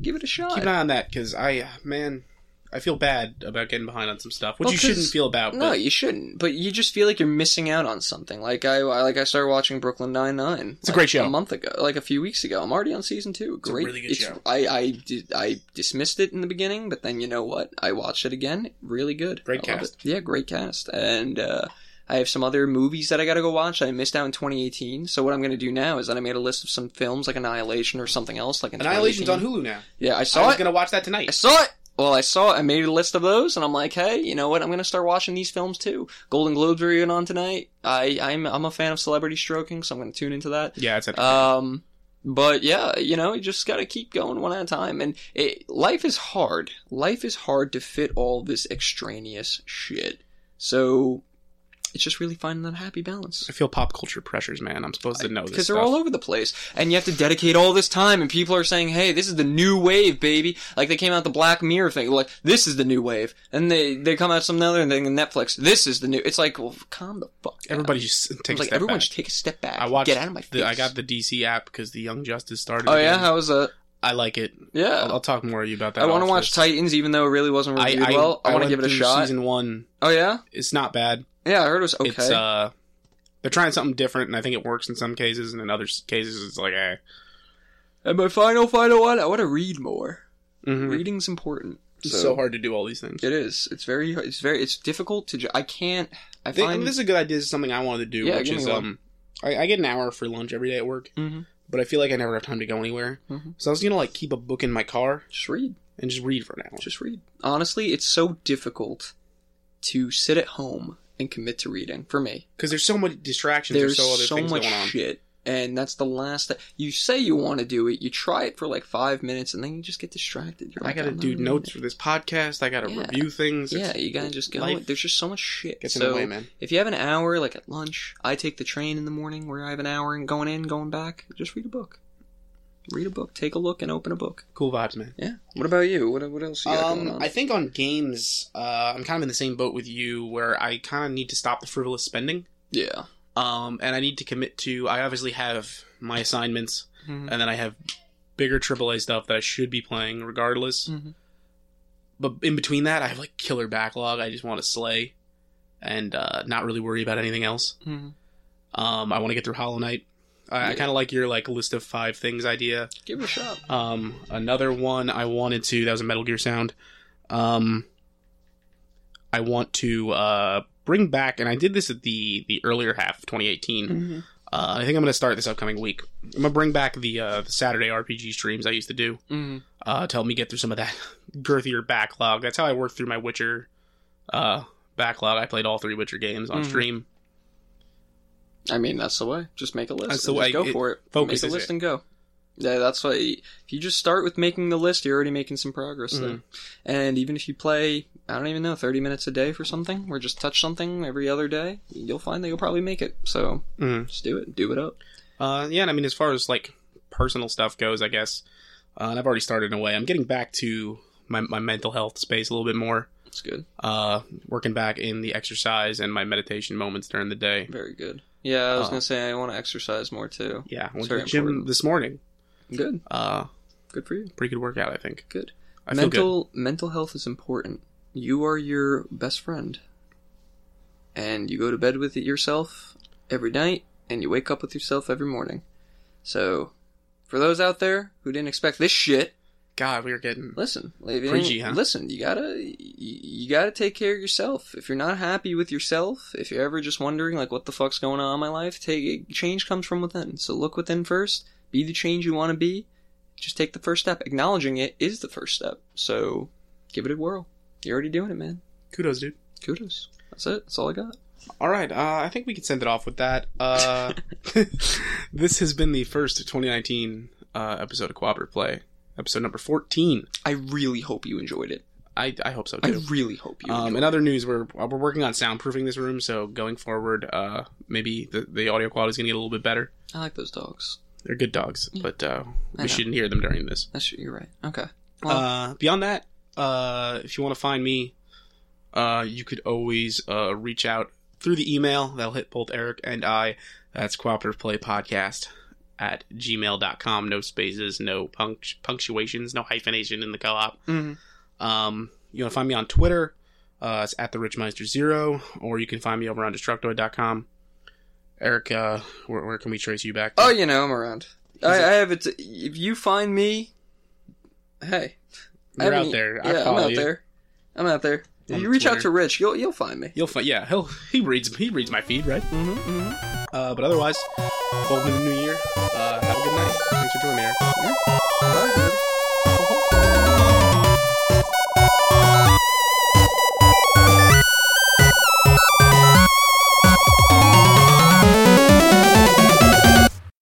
Speaker 2: give it a shot.
Speaker 1: keep an eye on that because I man, I feel bad about getting behind on some stuff, which
Speaker 2: Well,
Speaker 1: you
Speaker 2: 'cause-
Speaker 1: shouldn't feel about.
Speaker 2: No,
Speaker 1: but
Speaker 2: you shouldn't. But you just feel like you're missing out on something. Like I, I like I started watching Brooklyn Nine Nine.
Speaker 1: It's a great show.
Speaker 2: A month ago, like a few weeks ago. I'm already on season two.
Speaker 1: a
Speaker 2: Great.
Speaker 1: really good show.
Speaker 2: I I did, I dismissed it in the beginning, but then you know what? I watched it again. Really good.
Speaker 1: Great
Speaker 2: I love
Speaker 1: cast.
Speaker 2: it. Yeah, great cast. And uh, I have some other movies that I got to go watch. that I missed out in 2018. So what I'm going to do now is that I made a list of some films like Annihilation or something else like in
Speaker 1: Annihilation's on
Speaker 2: 2018.
Speaker 1: Hulu now.
Speaker 2: Yeah, I
Speaker 1: I
Speaker 2: saw
Speaker 1: was
Speaker 2: it.
Speaker 1: gonna watch that
Speaker 2: I
Speaker 1: tonight.
Speaker 2: saw it. Well, I saw it. I made a list of those, and I'm like, hey, you know what? I'm gonna start watching these films too. Golden Globes are even on tonight. I I'm I'm a fan of celebrity stroking, so I'm gonna tune into that.
Speaker 1: Yeah, it's at
Speaker 2: Um, but yeah, you know, you just gotta keep going one at a time. And it, life is hard. Life is hard to fit all this extraneous shit. So it's just really finding that happy balance
Speaker 1: I feel pop culture pressures, man. I'm supposed to know this
Speaker 2: because they're
Speaker 1: stuff.
Speaker 2: all over the place and you have to dedicate all this time and people are saying hey this is the new wave baby like they came out the black mirror thing like this is the new wave and they they come out some other thing and netflix this is the new it's like well calm the fuck down.
Speaker 1: Everybody just
Speaker 2: It's
Speaker 1: takes
Speaker 2: like
Speaker 1: a step
Speaker 2: everyone
Speaker 1: back.
Speaker 2: should take a step back
Speaker 1: I watched.
Speaker 2: get out of my face
Speaker 1: the, I got the DC app because the Young Justice started.
Speaker 2: oh yeah
Speaker 1: again.
Speaker 2: how was that
Speaker 1: I like it. I'll,
Speaker 2: yeah
Speaker 1: I'll talk more to you about that.
Speaker 2: i want
Speaker 1: off
Speaker 2: to watch
Speaker 1: this.
Speaker 2: titans even though it really wasn't
Speaker 1: I,
Speaker 2: reviewed well i, want
Speaker 1: went
Speaker 2: to give it a
Speaker 1: through
Speaker 2: shot
Speaker 1: Season one.
Speaker 2: oh yeah
Speaker 1: It's not bad.
Speaker 2: yeah i heard it was okay
Speaker 1: It's uh, they're trying something different, and I think it works in some cases, and in other s- cases, it's like, eh.
Speaker 2: and my final final one i want to read more
Speaker 1: Mhm.
Speaker 2: reading's important
Speaker 1: It's so hard to do all these things.
Speaker 2: It is. It's very. It's very. It's difficult to. ju- I can't. I
Speaker 1: I think
Speaker 2: find.
Speaker 1: this is a good idea. This is something I wanted to do,
Speaker 2: Yeah,
Speaker 1: which
Speaker 2: give me
Speaker 1: is
Speaker 2: one.
Speaker 1: um, I, I get an hour for lunch every day at work,
Speaker 2: Mhm.
Speaker 1: but I feel like I never have time to go anywhere.
Speaker 2: Mhm.
Speaker 1: So I was gonna like keep a book in my car
Speaker 2: Just read.
Speaker 1: and just read for an hour.
Speaker 2: Just read. Honestly, it's so difficult to sit at home and commit to reading. For me,
Speaker 1: because there's so much distractions.
Speaker 2: there's
Speaker 1: There's,
Speaker 2: so,
Speaker 1: so other things
Speaker 2: much
Speaker 1: going on.
Speaker 2: shit, and that's the last that you say you want to do it. You try it for like five minutes, and then you just get distracted. You're
Speaker 1: I
Speaker 2: like,
Speaker 1: gotta
Speaker 2: I'm not
Speaker 1: do
Speaker 2: reading
Speaker 1: notes
Speaker 2: it.
Speaker 1: for this podcast. I gotta
Speaker 2: Yeah.
Speaker 1: review things.
Speaker 2: Yeah,
Speaker 1: It's-
Speaker 2: you gotta just go.
Speaker 1: life
Speaker 2: There's just so much shit.
Speaker 1: gets in
Speaker 2: so
Speaker 1: the way, man.
Speaker 2: if you have an hour, like at lunch, I take the train in the morning where I have an hour and going in, going back. Just read a book. Read a book. Take a look and open a book.
Speaker 1: Cool vibes, man.
Speaker 2: Yeah. What about you? What what else you got going
Speaker 1: Um,
Speaker 2: on?
Speaker 1: I think on games, uh, I'm kind of in the same boat with you, where I kind of need to stop the frivolous spending.
Speaker 2: yeah.
Speaker 1: Um, and I need to commit to. I obviously have my assignments, and then I have bigger AAA stuff that I should be playing regardless.
Speaker 2: Mhm.
Speaker 1: But in between that, I have like killer backlog. I just want to slay, and uh, not really worry about anything else.
Speaker 2: Mhm.
Speaker 1: Um, I want to get through Hollow Knight. I, I
Speaker 2: Yeah.
Speaker 1: kind of like your like list of five things idea.
Speaker 2: Give it a shot.
Speaker 1: Um, another one I wanted to that was a Metal Gear sound. Um, I want to uh, bring back, and I did this at the the earlier half of 2018. Uh, I think I'm going to start this upcoming week. I'm going to bring back the uh, the Saturday RPG streams I used to do
Speaker 2: Mhm.
Speaker 1: uh, to help me get through some of that (laughs) girthier backlog. That's how I worked through my Witcher uh, backlog. I played all three Witcher games on
Speaker 2: Mhm.
Speaker 1: stream.
Speaker 2: I mean, that's the way. Just make a list.
Speaker 1: That's
Speaker 2: and
Speaker 1: the
Speaker 2: just
Speaker 1: way.
Speaker 2: Go
Speaker 1: It-
Speaker 2: for it.
Speaker 1: focus
Speaker 2: Make a
Speaker 1: is
Speaker 2: list
Speaker 1: it.
Speaker 2: and go. Yeah, that's why. If you just start with making the list, you're already making some progress there.
Speaker 1: Mm-hmm.
Speaker 2: And even if you play, I don't even know, 30 minutes a day for something, or just touch something every other day, you'll find that you'll probably make it. So
Speaker 1: Mm.
Speaker 2: just do it. Do it up.
Speaker 1: Uh, yeah, and I mean, as far as like personal stuff goes, I guess, uh, and I've already started in a way. I'm getting back to my my mental health space a little bit more.
Speaker 2: It's good.
Speaker 1: Uh, working back in the exercise and my meditation moments during the day.
Speaker 2: Very good. Yeah, I was
Speaker 1: Uh,
Speaker 2: gonna say I want to exercise more too.
Speaker 1: Yeah, I
Speaker 2: It's
Speaker 1: went to the
Speaker 2: very
Speaker 1: gym
Speaker 2: important.
Speaker 1: this morning.
Speaker 2: Good.
Speaker 1: Uh,
Speaker 2: Good for you.
Speaker 1: pretty good workout, I think.
Speaker 2: Good.
Speaker 1: I feel good.
Speaker 2: mental mental health is important. You are your best friend, and you go to bed with it yourself every night, and you wake up with yourself every morning. So, for those out there who didn't expect this shit,
Speaker 1: God, we were getting
Speaker 2: listen, if you
Speaker 1: Preachy,
Speaker 2: ain't-
Speaker 1: huh?
Speaker 2: listen. You gotta you, you gotta take care of yourself. If you're not happy with yourself, if you're ever just wondering like what the fuck's going on in my life, take it. Change comes from within. So look within first. Be the change you want to be. Just take the first step. Acknowledging it is the first step. So give it a whirl. You're already doing it, man.
Speaker 1: kudos, dude.
Speaker 2: Kudos. That's it. That's all I got.
Speaker 1: All right, uh, I think we can send it off with that. Uh, (laughs) this has been the first 2019 uh, episode of Cooperative Play, episode number 14.
Speaker 2: I really hope you enjoyed it.
Speaker 1: I, I hope so
Speaker 2: I
Speaker 1: too.
Speaker 2: really hope you.
Speaker 1: Um,
Speaker 2: enjoyed
Speaker 1: in other news, we're we're working on soundproofing this room, so going forward, uh, maybe the, the audio quality is gonna get a little bit better.
Speaker 2: it. I like those dogs.
Speaker 1: They're good dogs, but uh,
Speaker 2: I
Speaker 1: we
Speaker 2: know.
Speaker 1: shouldn't hear them during this.
Speaker 2: That's you're right. Okay. Well-
Speaker 1: uh, beyond that, uh, if you want to find me, uh, you could always uh, reach out through the email. That'll hit both Eric and I. That's cooperative play podcast at gmail.com. No spaces, no punct- punctuations, no hyphenation in the co op.
Speaker 2: Mm-hmm.
Speaker 1: Um, you want to find me on Twitter. Uh, it's at the Richmeister Zero, or you can find me over on Destructoid.com. Eric, uh, where, where can we trace you back? to?
Speaker 2: Oh, you know, I'm around. I, I have it. If you find me, hey, I
Speaker 1: You're
Speaker 2: haven't-
Speaker 1: out there. I
Speaker 2: yeah,
Speaker 1: follow
Speaker 2: I'm out
Speaker 1: you.
Speaker 2: there. I'm out there. If
Speaker 1: On
Speaker 2: you reach out
Speaker 1: Twitter.
Speaker 2: to Rich, you'll you'll find me.
Speaker 1: You'll find, yeah, he'll he reads he reads my feed, right?
Speaker 2: Mm-hmm, mm-hmm.
Speaker 1: Uh, but otherwise, welcome to the new year. Uh, have a good night. Thanks for joining me. Eric.
Speaker 2: Bye, dude.